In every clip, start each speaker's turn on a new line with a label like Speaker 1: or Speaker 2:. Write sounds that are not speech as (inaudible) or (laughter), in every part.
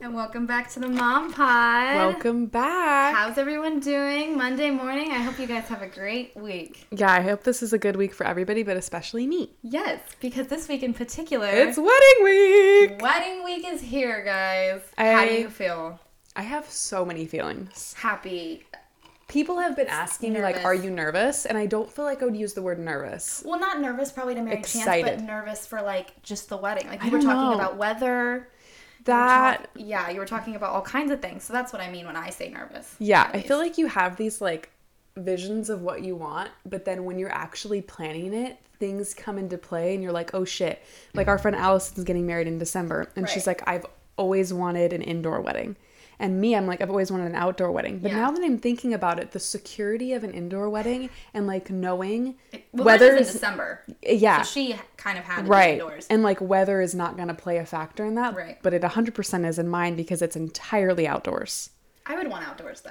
Speaker 1: And welcome back to the Mom Pod.
Speaker 2: Welcome back.
Speaker 1: How's everyone doing? Monday morning. I hope you guys have a great week.
Speaker 2: yeah, I hope this is a good week for everybody, but especially me.
Speaker 1: Yes, because this week in particular,
Speaker 2: It's wedding week.
Speaker 1: wedding week is here, guys.
Speaker 2: I-
Speaker 1: How do you feel?
Speaker 2: I have so many feelings.
Speaker 1: Happy.
Speaker 2: People have been asking me like,
Speaker 1: Nervous.
Speaker 2: "Are you nervous?" And I don't feel like I would use the word nervous.
Speaker 1: Well, not nervous probably to marry Chance,
Speaker 2: Excited.
Speaker 1: but nervous for like just the wedding. Like you
Speaker 2: I
Speaker 1: were
Speaker 2: don't
Speaker 1: talking
Speaker 2: know.
Speaker 1: about weather. you were
Speaker 2: That
Speaker 1: talk- yeah, you were talking about all kinds of things. So that's what I mean when I say nervous.
Speaker 2: yeah,
Speaker 1: at
Speaker 2: I feel
Speaker 1: least.
Speaker 2: like you have these like visions of what you want, but then when you're actually planning it, things come into play and you're like, "Oh shit." Like our friend Allison's getting married in December, and she's
Speaker 1: Right.
Speaker 2: like, "I've always wanted an indoor wedding." And me, I'm like, I've always wanted an outdoor wedding. But
Speaker 1: Yeah.
Speaker 2: now that I'm thinking about it, the security of an indoor wedding and like knowing
Speaker 1: well,
Speaker 2: whether
Speaker 1: whether in
Speaker 2: it's-
Speaker 1: December.
Speaker 2: yeah,
Speaker 1: So she kind of had to
Speaker 2: right.
Speaker 1: be indoors.
Speaker 2: And like weather is not going to play a factor in that.
Speaker 1: Right.
Speaker 2: But it 100% is in mine because it's entirely outdoors.
Speaker 1: I would want outdoors though.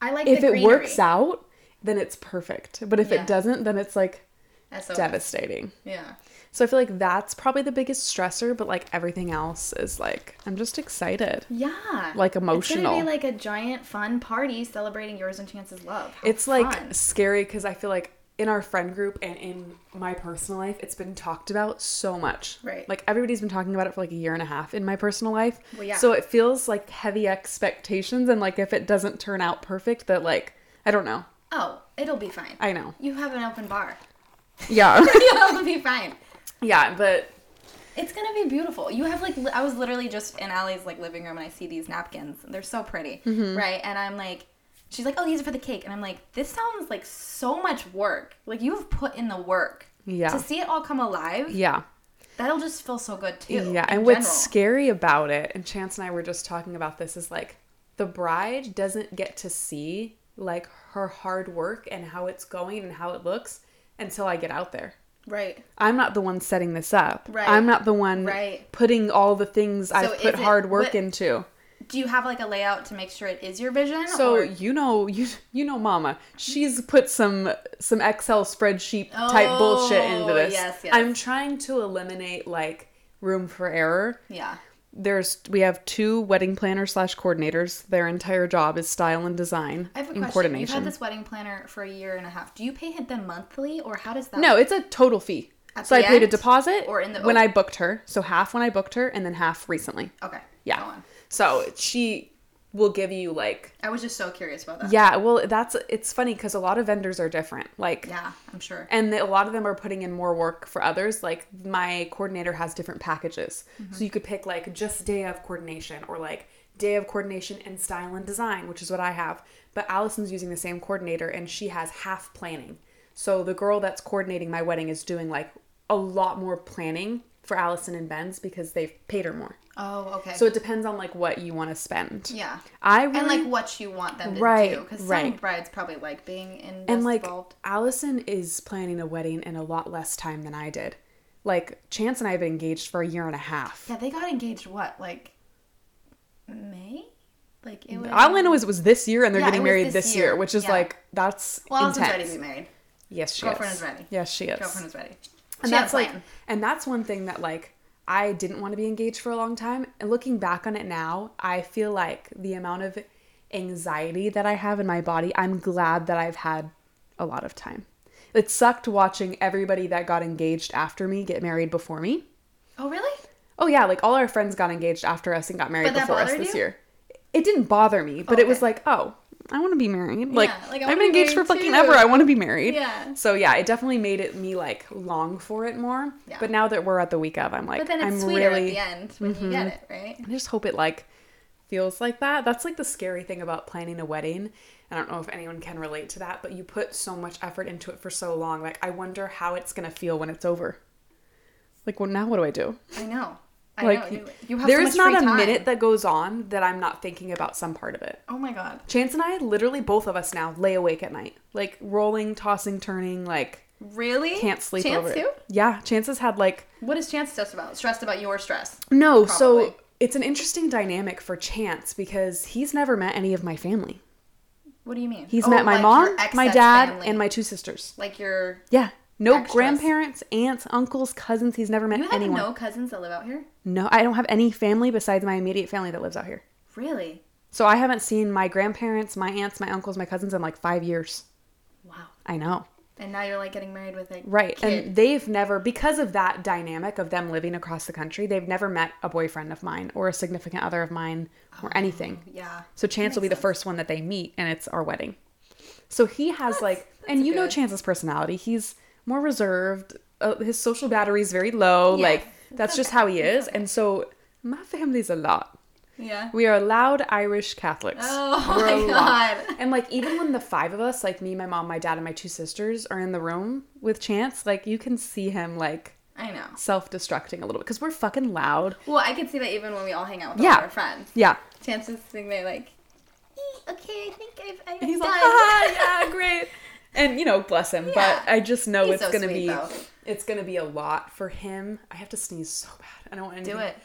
Speaker 1: I like
Speaker 2: if
Speaker 1: the
Speaker 2: it
Speaker 1: greenery.
Speaker 2: works out, then it's perfect. But if
Speaker 1: Yeah.
Speaker 2: it doesn't, then it's like
Speaker 1: That's so
Speaker 2: devastating.
Speaker 1: yeah.
Speaker 2: So I feel like that's probably the biggest stressor, but like everything else is like, I'm just excited.
Speaker 1: Yeah.
Speaker 2: Like,
Speaker 1: It's gonna
Speaker 2: emotional.
Speaker 1: be like a giant fun party celebrating yours and Chance's love. How
Speaker 2: It's like
Speaker 1: fun.
Speaker 2: scary because I feel like in our friend group and in my personal life, it's been talked about so much.
Speaker 1: Right.
Speaker 2: Like everybody's been talking about it for like a year and a half in my personal life.
Speaker 1: Well, yeah.
Speaker 2: So it feels like heavy expectations. And like if it doesn't turn out perfect, that like, I don't know.
Speaker 1: oh, it'll be fine.
Speaker 2: I know.
Speaker 1: you have an open bar. (laughs)
Speaker 2: Yeah.
Speaker 1: it'll be fine.
Speaker 2: (laughs) yeah. But
Speaker 1: It's gonna be beautiful. You have like li- I was literally just in Allie's like living room and I see these napkins. They're so pretty,
Speaker 2: Mm-hmm.
Speaker 1: right? And I'm like, she's like, oh, these are for the cake, and I'm like, this sounds like so much work. Like you have put in the work.
Speaker 2: Yeah.
Speaker 1: To see it all come alive,
Speaker 2: yeah.
Speaker 1: that'll just feel so good too.
Speaker 2: Yeah, and
Speaker 1: in
Speaker 2: what's
Speaker 1: general.
Speaker 2: scary about it, and Chance and I were just talking about this, is like the bride doesn't get to see like her hard work and how it's going and how it looks until I get out there.
Speaker 1: right?
Speaker 2: I'm not the one setting this up.
Speaker 1: Right.
Speaker 2: I'm not the one
Speaker 1: Right.
Speaker 2: putting all the things I've
Speaker 1: is it-
Speaker 2: put hard work
Speaker 1: what-
Speaker 2: into.
Speaker 1: Do you have like a layout to make sure it is your vision?
Speaker 2: So
Speaker 1: or-
Speaker 2: you know, you you know, Mama, she's put some some Excel spreadsheet type bullshit into
Speaker 1: Oh,
Speaker 2: this.
Speaker 1: yes, yes.
Speaker 2: I'm trying to eliminate like room for error.
Speaker 1: yeah,
Speaker 2: there's we have two wedding planners slash coordinators. Their entire job is style and design
Speaker 1: I have a
Speaker 2: and
Speaker 1: question. You've
Speaker 2: coordination.
Speaker 1: had this wedding planner for a year and a half. Do you pay them monthly, or how does that?
Speaker 2: no, it's a total fee.
Speaker 1: At
Speaker 2: so
Speaker 1: the
Speaker 2: I paid a
Speaker 1: end?
Speaker 2: deposit
Speaker 1: Or in the-
Speaker 2: when
Speaker 1: oh.
Speaker 2: I booked her. So half when I booked her, and then half recently.
Speaker 1: Okay. Go
Speaker 2: Yeah.
Speaker 1: on.
Speaker 2: So she will give you like
Speaker 1: I was just so curious about that.
Speaker 2: yeah. Well, that's it's funny because a lot of vendors are different. Like
Speaker 1: Yeah, I'm sure.
Speaker 2: and a lot of them are putting in more work for others like my coordinator has different packages so you could pick like just day of coordination or like day of coordination and style and design which is what i have but allison's using the same coordinator and she has half planning so the girl that's coordinating my wedding is doing like a lot more planning for allison and ben's because they've paid her more
Speaker 1: oh, okay.
Speaker 2: so it depends on like what you want to spend
Speaker 1: yeah.
Speaker 2: i really
Speaker 1: And like what you want them to
Speaker 2: Right,
Speaker 1: do, because some
Speaker 2: right.
Speaker 1: brides probably like being in
Speaker 2: and like
Speaker 1: involved.
Speaker 2: Allison is planning a wedding in a lot less time than I did. Like Chance and I have been engaged for a year and a half.
Speaker 1: Yeah, they got engaged. What like May? Like it was.
Speaker 2: All I know is it was this year, and they're
Speaker 1: Yeah, it
Speaker 2: getting
Speaker 1: was
Speaker 2: married
Speaker 1: this
Speaker 2: this
Speaker 1: year.
Speaker 2: year, which is
Speaker 1: Yeah.
Speaker 2: like that's
Speaker 1: well, Allison's
Speaker 2: intense.
Speaker 1: ready to be married.
Speaker 2: Yes, she
Speaker 1: Girlfriend
Speaker 2: is.
Speaker 1: is ready.
Speaker 2: Yes, she is.
Speaker 1: Girlfriend is ready.
Speaker 2: and
Speaker 1: She had a
Speaker 2: that's like,
Speaker 1: plan.
Speaker 2: and that's one thing that like I didn't want to be engaged for a long time. And looking back on it now, I feel like the amount of anxiety that I have in my body, I'm glad that I've had a lot of time. It sucked watching everybody that got engaged after me get married before me.
Speaker 1: Oh really?
Speaker 2: Oh yeah, like all our friends got engaged after us and got married
Speaker 1: But that
Speaker 2: before us
Speaker 1: bothered
Speaker 2: this
Speaker 1: you?
Speaker 2: year. It didn't bother me, but it was
Speaker 1: okay.
Speaker 2: like, oh, I want to be married. Like,
Speaker 1: like, I
Speaker 2: I've
Speaker 1: wanna
Speaker 2: been
Speaker 1: be
Speaker 2: engaged for
Speaker 1: married
Speaker 2: fucking
Speaker 1: too.
Speaker 2: ever. I want to be married.
Speaker 1: Yeah.
Speaker 2: So yeah, it definitely made it me like long for it more.
Speaker 1: Yeah.
Speaker 2: But now that we're at the week of, I'm like,
Speaker 1: But then it's
Speaker 2: I'm
Speaker 1: sweeter at
Speaker 2: really. Mm-hmm.
Speaker 1: the end when you get it, right?
Speaker 2: I just hope it like feels like that. That's like the scary thing about planning a wedding. I don't know if anyone can relate to that, but you put so much effort into it for so long. Like, I wonder how it's gonna feel when it's over. Like, well, now what do I do?
Speaker 1: I know. I
Speaker 2: like
Speaker 1: know. You, you have so
Speaker 2: there's
Speaker 1: much
Speaker 2: not
Speaker 1: free
Speaker 2: a
Speaker 1: time.
Speaker 2: minute that goes on that i'm not thinking about some part of it
Speaker 1: Oh my god.
Speaker 2: chance and i literally both of us now lay awake at night like rolling tossing turning like
Speaker 1: Really?
Speaker 2: can't sleep
Speaker 1: Chance
Speaker 2: over it.
Speaker 1: too?
Speaker 2: yeah chance has had like
Speaker 1: What is Chance stressed about? Stressed about your stress.
Speaker 2: no so
Speaker 1: Probably.
Speaker 2: it's an interesting dynamic for chance because he's never met any of my family
Speaker 1: What do you mean?
Speaker 2: he's
Speaker 1: Oh,
Speaker 2: met my
Speaker 1: like
Speaker 2: mom
Speaker 1: your excess
Speaker 2: my dad
Speaker 1: family.
Speaker 2: and my two sisters
Speaker 1: like your.
Speaker 2: yeah no
Speaker 1: Extras.
Speaker 2: grandparents aunts uncles cousins he's never met
Speaker 1: You have
Speaker 2: anyone
Speaker 1: no cousins that live out here.
Speaker 2: no i don't have any family besides my immediate family that lives out here
Speaker 1: Really?
Speaker 2: So I haven't seen my grandparents, my aunts, my uncles, my cousins in like five years.
Speaker 1: Wow.
Speaker 2: I know.
Speaker 1: And now you're like getting married with a
Speaker 2: Right.
Speaker 1: kid.
Speaker 2: And they've never, because of that dynamic of them living across the country, they've never met a boyfriend of mine or a significant other of mine
Speaker 1: Oh.
Speaker 2: or anything.
Speaker 1: yeah.
Speaker 2: So Chance will be the first one that they meet, and it's our wedding. So he has like, and
Speaker 1: a
Speaker 2: you know
Speaker 1: good-
Speaker 2: Chance's personality. He's more reserved. Uh, his social battery is very low.
Speaker 1: Yeah.
Speaker 2: Like that's just how he is. And so my family's a lot.
Speaker 1: Yeah.
Speaker 2: We are loud Irish Catholics.
Speaker 1: Oh
Speaker 2: We're
Speaker 1: my
Speaker 2: a lot.
Speaker 1: God.
Speaker 2: And like even when the five of us, like me, my mom, my dad, and my two sisters, are in the room with Chance, like you can see him like
Speaker 1: I know.
Speaker 2: self-destructing a little bit because we're fucking loud.
Speaker 1: Well, I could see that even when we all hang out with
Speaker 2: Yeah.
Speaker 1: all our friends.
Speaker 2: Yeah.
Speaker 1: Chances think they're like, "Eh, okay, I think I've, I've
Speaker 2: And he's
Speaker 1: done.
Speaker 2: like,
Speaker 1: (laughs)
Speaker 2: ah, yeah, great. And you know, bless him.
Speaker 1: Yeah.
Speaker 2: But I just know
Speaker 1: He's
Speaker 2: it's
Speaker 1: so
Speaker 2: gonna
Speaker 1: sweet,
Speaker 2: be
Speaker 1: though.
Speaker 2: it's gonna be a lot for him. I have to sneeze so bad. I don't want to
Speaker 1: Do it.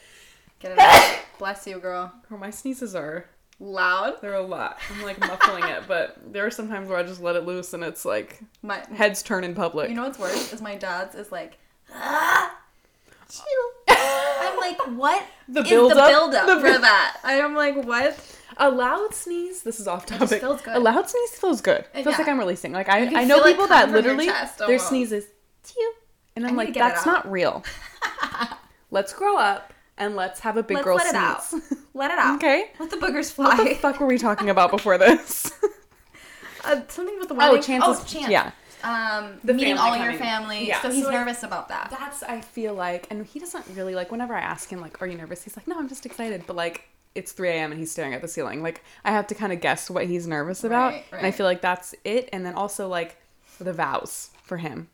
Speaker 1: Get
Speaker 2: (laughs)
Speaker 1: it out. Bless you, girl.
Speaker 2: Or my sneezes are
Speaker 1: Loud.
Speaker 2: they're a lot. I'm like muffling it, but there are some times where I just let it loose and it's like
Speaker 1: My,
Speaker 2: heads turn in public.
Speaker 1: you know what's worse is my dad's is like, ah, chew.
Speaker 2: (laughs)
Speaker 1: I'm like, what
Speaker 2: The
Speaker 1: is the
Speaker 2: build-up?
Speaker 1: build up
Speaker 2: The
Speaker 1: for
Speaker 2: build-
Speaker 1: that? I'm like, what?
Speaker 2: a loud sneeze. This is off topic.
Speaker 1: feels good.
Speaker 2: A loud sneeze feels good. It feels
Speaker 1: yeah.
Speaker 2: like I'm releasing. Like I,
Speaker 1: can
Speaker 2: I know
Speaker 1: feel it
Speaker 2: people
Speaker 1: come
Speaker 2: that
Speaker 1: from your
Speaker 2: literally
Speaker 1: chest
Speaker 2: their
Speaker 1: almost.
Speaker 2: sneezes, "Tew." and I'm
Speaker 1: need to
Speaker 2: like,
Speaker 1: get it
Speaker 2: that's
Speaker 1: out." (laughs)
Speaker 2: not real. let's grow up and let's have a big
Speaker 1: Let's
Speaker 2: girl
Speaker 1: let it out.
Speaker 2: sneeze. (laughs)
Speaker 1: Let it out.
Speaker 2: Okay.
Speaker 1: Let the boogers (laughs)
Speaker 2: What the
Speaker 1: fly.
Speaker 2: fuck were we talking about before this?
Speaker 1: Uh, something (laughs) with the wedding.
Speaker 2: chances-
Speaker 1: Oh, chance.
Speaker 2: yeah.
Speaker 1: Um,
Speaker 2: The
Speaker 1: meeting
Speaker 2: family
Speaker 1: all
Speaker 2: coming.
Speaker 1: your family.
Speaker 2: Yeah.
Speaker 1: So he's
Speaker 2: So I-
Speaker 1: nervous about that.
Speaker 2: That's I feel like, and he doesn't really like. Whenever I ask him like, "Are you nervous?" He's like, "No, I'm just excited." But like, it's 3 a.m. and he's staring at the ceiling. Like, I have to kind of guess what he's nervous about,
Speaker 1: Right,
Speaker 2: and I
Speaker 1: right.
Speaker 2: feel like that's it. And then also like, the vows for him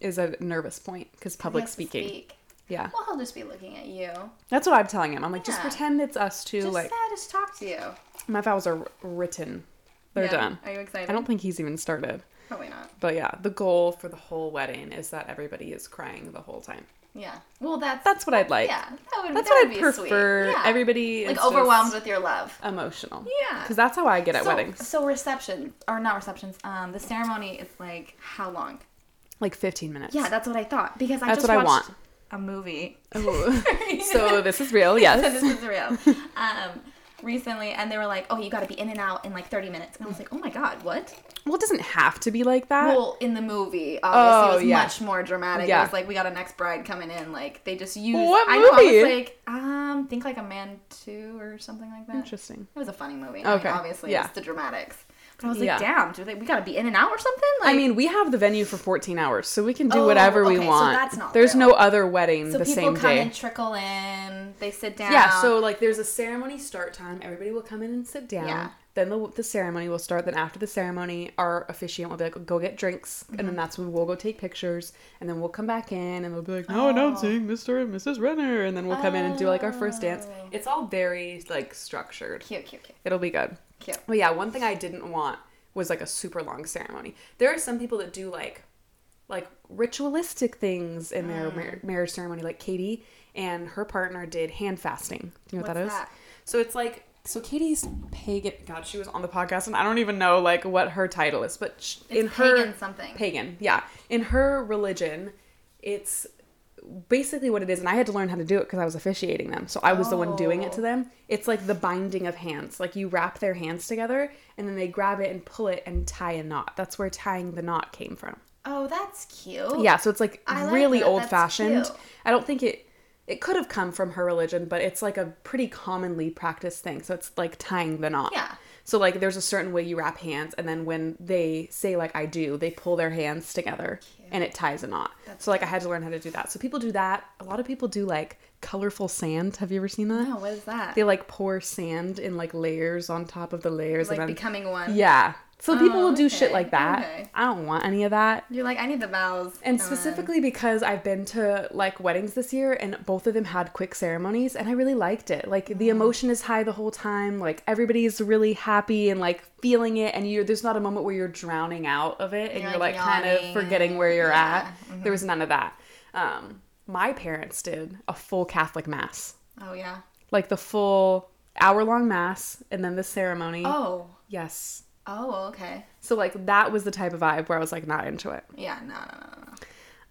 Speaker 2: is a nervous point because
Speaker 1: He
Speaker 2: public
Speaker 1: has to
Speaker 2: speaking.
Speaker 1: speak.
Speaker 2: Yeah,
Speaker 1: Well, he'll just be looking at you.
Speaker 2: that's what I'm telling him. I'm like, just
Speaker 1: Yeah.
Speaker 2: pretend it's us two.
Speaker 1: Just
Speaker 2: like,
Speaker 1: uh, just talk to you.
Speaker 2: my vows are written. They're
Speaker 1: Yeah.
Speaker 2: done.
Speaker 1: Are you excited?
Speaker 2: I don't think he's even started.
Speaker 1: Probably not.
Speaker 2: But yeah, the goal for the whole wedding is that everybody is crying the whole time.
Speaker 1: Yeah. Well, that's
Speaker 2: That's what I'd like.
Speaker 1: yeah. That would
Speaker 2: That's
Speaker 1: that
Speaker 2: what
Speaker 1: would
Speaker 2: I
Speaker 1: be
Speaker 2: prefer.
Speaker 1: Sweet. Yeah.
Speaker 2: Everybody
Speaker 1: like
Speaker 2: is
Speaker 1: overwhelmed
Speaker 2: just
Speaker 1: with your love.
Speaker 2: emotional.
Speaker 1: Yeah.
Speaker 2: because that's how I get at
Speaker 1: so,
Speaker 2: weddings.
Speaker 1: So receptions or not receptions? Um, the ceremony is like how long?
Speaker 2: Like fifteen minutes.
Speaker 1: Yeah, that's what I thought because I
Speaker 2: That's
Speaker 1: just
Speaker 2: what I
Speaker 1: watched
Speaker 2: want.
Speaker 1: a movie. (laughs)
Speaker 2: so this is real.
Speaker 1: So
Speaker 2: Yes.
Speaker 1: this is real. Um, recently, and they were like, "Oh, you got to be in and out in like 30 minutes," and I was like, "Oh my god, what?"
Speaker 2: Well, it doesn't have to be like that.
Speaker 1: Well, in the movie, obviously,
Speaker 2: Oh,
Speaker 1: it was
Speaker 2: Uh, yeah.
Speaker 1: much more dramatic.
Speaker 2: Yeah.
Speaker 1: It was like we got an ex bride coming in. Like they just used.
Speaker 2: What
Speaker 1: I know, I was
Speaker 2: movie?
Speaker 1: like, um, think like a man two or something like that.
Speaker 2: Interesting.
Speaker 1: It was a funny movie. I mean,
Speaker 2: Okay.
Speaker 1: obviously,
Speaker 2: Yeah.
Speaker 1: it's the dramatics. But I was like,
Speaker 2: Yeah.
Speaker 1: damn, do they? We got to be in and out or something. Like,
Speaker 2: I mean, we have the venue for fourteen hours, so we can do
Speaker 1: Oh,
Speaker 2: whatever we
Speaker 1: okay, so
Speaker 2: want.
Speaker 1: that's not
Speaker 2: There's
Speaker 1: real.
Speaker 2: no other wedding
Speaker 1: so
Speaker 2: the
Speaker 1: people
Speaker 2: same
Speaker 1: come
Speaker 2: day.
Speaker 1: and trickle in. They sit down.
Speaker 2: Yeah, so like there's a ceremony start time. Everybody will come in and sit down.
Speaker 1: Yeah.
Speaker 2: Then the, the ceremony will start. Then after the ceremony, our officiant will be like, "Go get drinks," and then that's when we'll go take pictures, and then we'll come back in, and they'll be like, "Now announcing Mr. and Mrs. Renner," and then we'll come in and do like our first dance. It's all very like structured.
Speaker 1: cute, cute, cute,
Speaker 2: It'll be good.
Speaker 1: cute.
Speaker 2: Well, yeah, one thing I didn't want was like a super long ceremony. There are some people that do like like ritualistic things in
Speaker 1: Mm.
Speaker 2: their mar- marriage ceremony like Katie and her partner did hand fasting. Do you know what
Speaker 1: What's
Speaker 2: that
Speaker 1: that?
Speaker 2: is? So it's like so Katie's pagan god she was on the podcast and I don't even know like what her title is, but sh- in her
Speaker 1: pagan something.
Speaker 2: Pagan. Yeah. In her religion, it's basically what it is and i had to learn how to do it because i was officiating them so i was the one doing it to them it's like the binding of hands like you wrap their hands together and then they grab it and pull it and tie a knot that's where tying the knot came from
Speaker 1: Oh, that's cute.
Speaker 2: yeah so it's like
Speaker 1: I like
Speaker 2: really
Speaker 1: that.
Speaker 2: old
Speaker 1: That's
Speaker 2: fashioned
Speaker 1: cute.
Speaker 2: i don't think it it could have come from her religion but it's like a pretty commonly practiced thing so it's like tying the knot
Speaker 1: Yeah.
Speaker 2: so like there's a certain way you wrap hands and then when they say like i do they pull their hands together and it ties a knot so like i had to learn how to do that so people do that a lot of people do like colorful sand have you ever seen that
Speaker 1: Oh, what is that?
Speaker 2: they like pour sand in like layers on top of the layers
Speaker 1: like
Speaker 2: and then
Speaker 1: becoming one.
Speaker 2: yeah so people
Speaker 1: Oh,
Speaker 2: will do shit
Speaker 1: okay,
Speaker 2: like that
Speaker 1: okay.
Speaker 2: i don't want any of that
Speaker 1: You're like, I need the Oh, vows.
Speaker 2: and
Speaker 1: then-
Speaker 2: specifically because I've been to like weddings this year and both of them had quick ceremonies and I really liked it. Like the
Speaker 1: Mm.
Speaker 2: emotion is high the whole time, like everybody's really happy and like feeling it and you're there's not a moment where you're drowning out of it and you're,
Speaker 1: You're,
Speaker 2: like,
Speaker 1: like,
Speaker 2: kind of
Speaker 1: yawning
Speaker 2: forgetting where
Speaker 1: and-
Speaker 2: you're
Speaker 1: yeah, mm-hmm.
Speaker 2: at. There was none of that. Um my parents did a full Catholic mass.
Speaker 1: oh yeah.
Speaker 2: Like the full hour long mass and then the ceremony.
Speaker 1: Oh.
Speaker 2: Yes.
Speaker 1: Oh, okay.
Speaker 2: So like that was the type of vibe where I was like not into it.
Speaker 1: Yeah, no, no, no, no, no.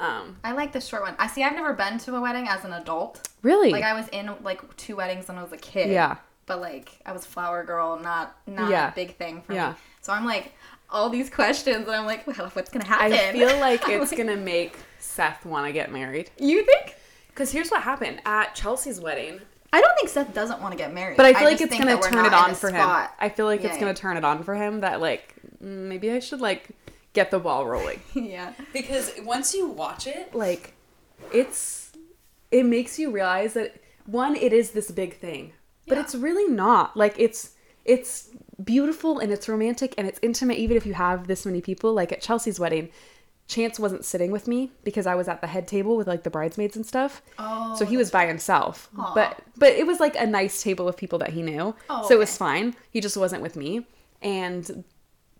Speaker 2: Um
Speaker 1: I like the short one. I see. I've never been to a wedding as an adult.
Speaker 2: really
Speaker 1: Like I was in like two weddings when I was a kid.
Speaker 2: Yeah.
Speaker 1: but like I was flower girl, not not
Speaker 2: Yeah.
Speaker 1: a big thing for
Speaker 2: Yeah.
Speaker 1: me. So I'm like all these questions, and I'm like, well, what's gonna happen?
Speaker 2: I (laughs) feel
Speaker 1: (laughs)
Speaker 2: like
Speaker 1: I'm
Speaker 2: it's gonna make Seth want to get married.
Speaker 1: You think?
Speaker 2: Because here's what happened at Chelsea's wedding.
Speaker 1: I don't think Seth doesn't want to get married.
Speaker 2: But I feel like
Speaker 1: just
Speaker 2: it's
Speaker 1: think
Speaker 2: gonna
Speaker 1: that we're
Speaker 2: turn it
Speaker 1: not in
Speaker 2: on
Speaker 1: a
Speaker 2: for him.
Speaker 1: spot.
Speaker 2: I feel like
Speaker 1: Yeah,
Speaker 2: it's gonna
Speaker 1: yeah.
Speaker 2: turn it on for him that like mm, maybe I should like get the ball rolling.
Speaker 1: yeah. (laughs)
Speaker 2: Because once you watch it, like it's it makes you realize that one, it is this big thing, but
Speaker 1: Yeah.
Speaker 2: it's really not. Like it's it's beautiful and it's romantic and it's intimate even if you have this many people like at Chelsea's wedding. Chance wasn't sitting with me because I was at the head table with like the bridesmaids and stuff.
Speaker 1: Oh,
Speaker 2: so he was by himself.
Speaker 1: Aw.
Speaker 2: But but it was like a nice table of people that he knew.
Speaker 1: Oh,
Speaker 2: so it was
Speaker 1: okay.
Speaker 2: fine. He just wasn't with me. And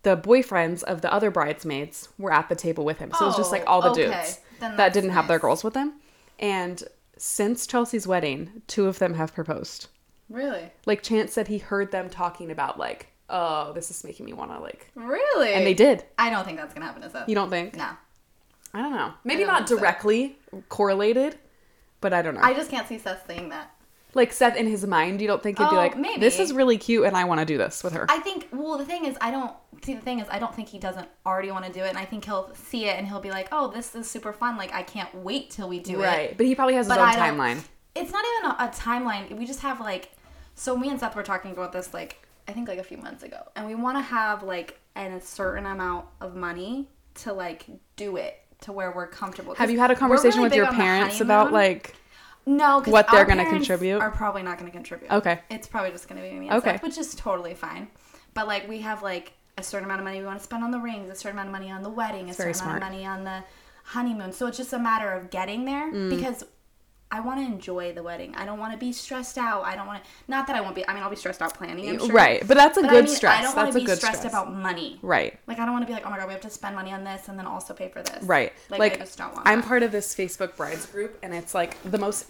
Speaker 2: the boyfriends of the other bridesmaids were at the table with him. So it was just like all the
Speaker 1: Oh, okay.
Speaker 2: dudes
Speaker 1: Then
Speaker 2: that
Speaker 1: that's
Speaker 2: didn't have their
Speaker 1: nice.
Speaker 2: girls with them. And since Chelsea's wedding, two of them have proposed.
Speaker 1: Really?
Speaker 2: Like Chance said he heard them talking about like, oh, this is making me wanna like
Speaker 1: Really?
Speaker 2: And they did.
Speaker 1: I don't think that's gonna happen to Seth.
Speaker 2: You don't think?
Speaker 1: No.
Speaker 2: I don't know. Maybe
Speaker 1: don't
Speaker 2: not
Speaker 1: think so.
Speaker 2: directly correlated, but I don't know.
Speaker 1: I just can't see Seth saying that.
Speaker 2: like Seth in his mind, you don't think he'd be
Speaker 1: Oh,
Speaker 2: like,
Speaker 1: maybe.
Speaker 2: "This is really cute, and I want to do this with her."
Speaker 1: I think. Well, the thing is, I don't see. The thing is, I don't think he doesn't already want to do it, and I think he'll see it and he'll be like, "Oh, this is super fun! Like, I can't wait till we do it."
Speaker 2: right, but he probably has his
Speaker 1: But
Speaker 2: own
Speaker 1: I don't-
Speaker 2: timeline.
Speaker 1: It's not even a, a timeline. We just have like, so me and Seth were talking about this like I think like a few months ago, and we want to have like an, a certain amount of money to like do it to where we're comfortable. 'Cause
Speaker 2: Have you had a
Speaker 1: we're
Speaker 2: conversation
Speaker 1: really
Speaker 2: with
Speaker 1: big
Speaker 2: your
Speaker 1: on the
Speaker 2: parents about
Speaker 1: honeymoon.
Speaker 2: like?
Speaker 1: No, 'cause
Speaker 2: what they're
Speaker 1: our
Speaker 2: gonna
Speaker 1: parents
Speaker 2: contribute?
Speaker 1: Are probably not going to contribute.
Speaker 2: Okay.
Speaker 1: It's probably just going to be me and
Speaker 2: Okay.
Speaker 1: Seth, which is totally fine. But like we have like a certain amount of money we want to spend on the rings, a certain amount of money on the wedding, a
Speaker 2: very
Speaker 1: certain amount of money on the honeymoon. So it's just a matter of getting there
Speaker 2: Mm.
Speaker 1: because I want to enjoy the wedding. I don't want to be stressed out. I don't want to. Not that I won't be. I mean, I'll be stressed out planning. I'm sure.
Speaker 2: Right, but that's a
Speaker 1: But I
Speaker 2: good
Speaker 1: mean,
Speaker 2: stress.
Speaker 1: I don't wanna
Speaker 2: that's
Speaker 1: be
Speaker 2: a good
Speaker 1: stressed
Speaker 2: stress.
Speaker 1: about money.
Speaker 2: right,
Speaker 1: Like I don't want to be like, oh my god, we have to spend money on this and then also pay for this.
Speaker 2: right.
Speaker 1: Like, I just don't want.
Speaker 2: I'm
Speaker 1: that.
Speaker 2: part of this Facebook brides group, and it's like the most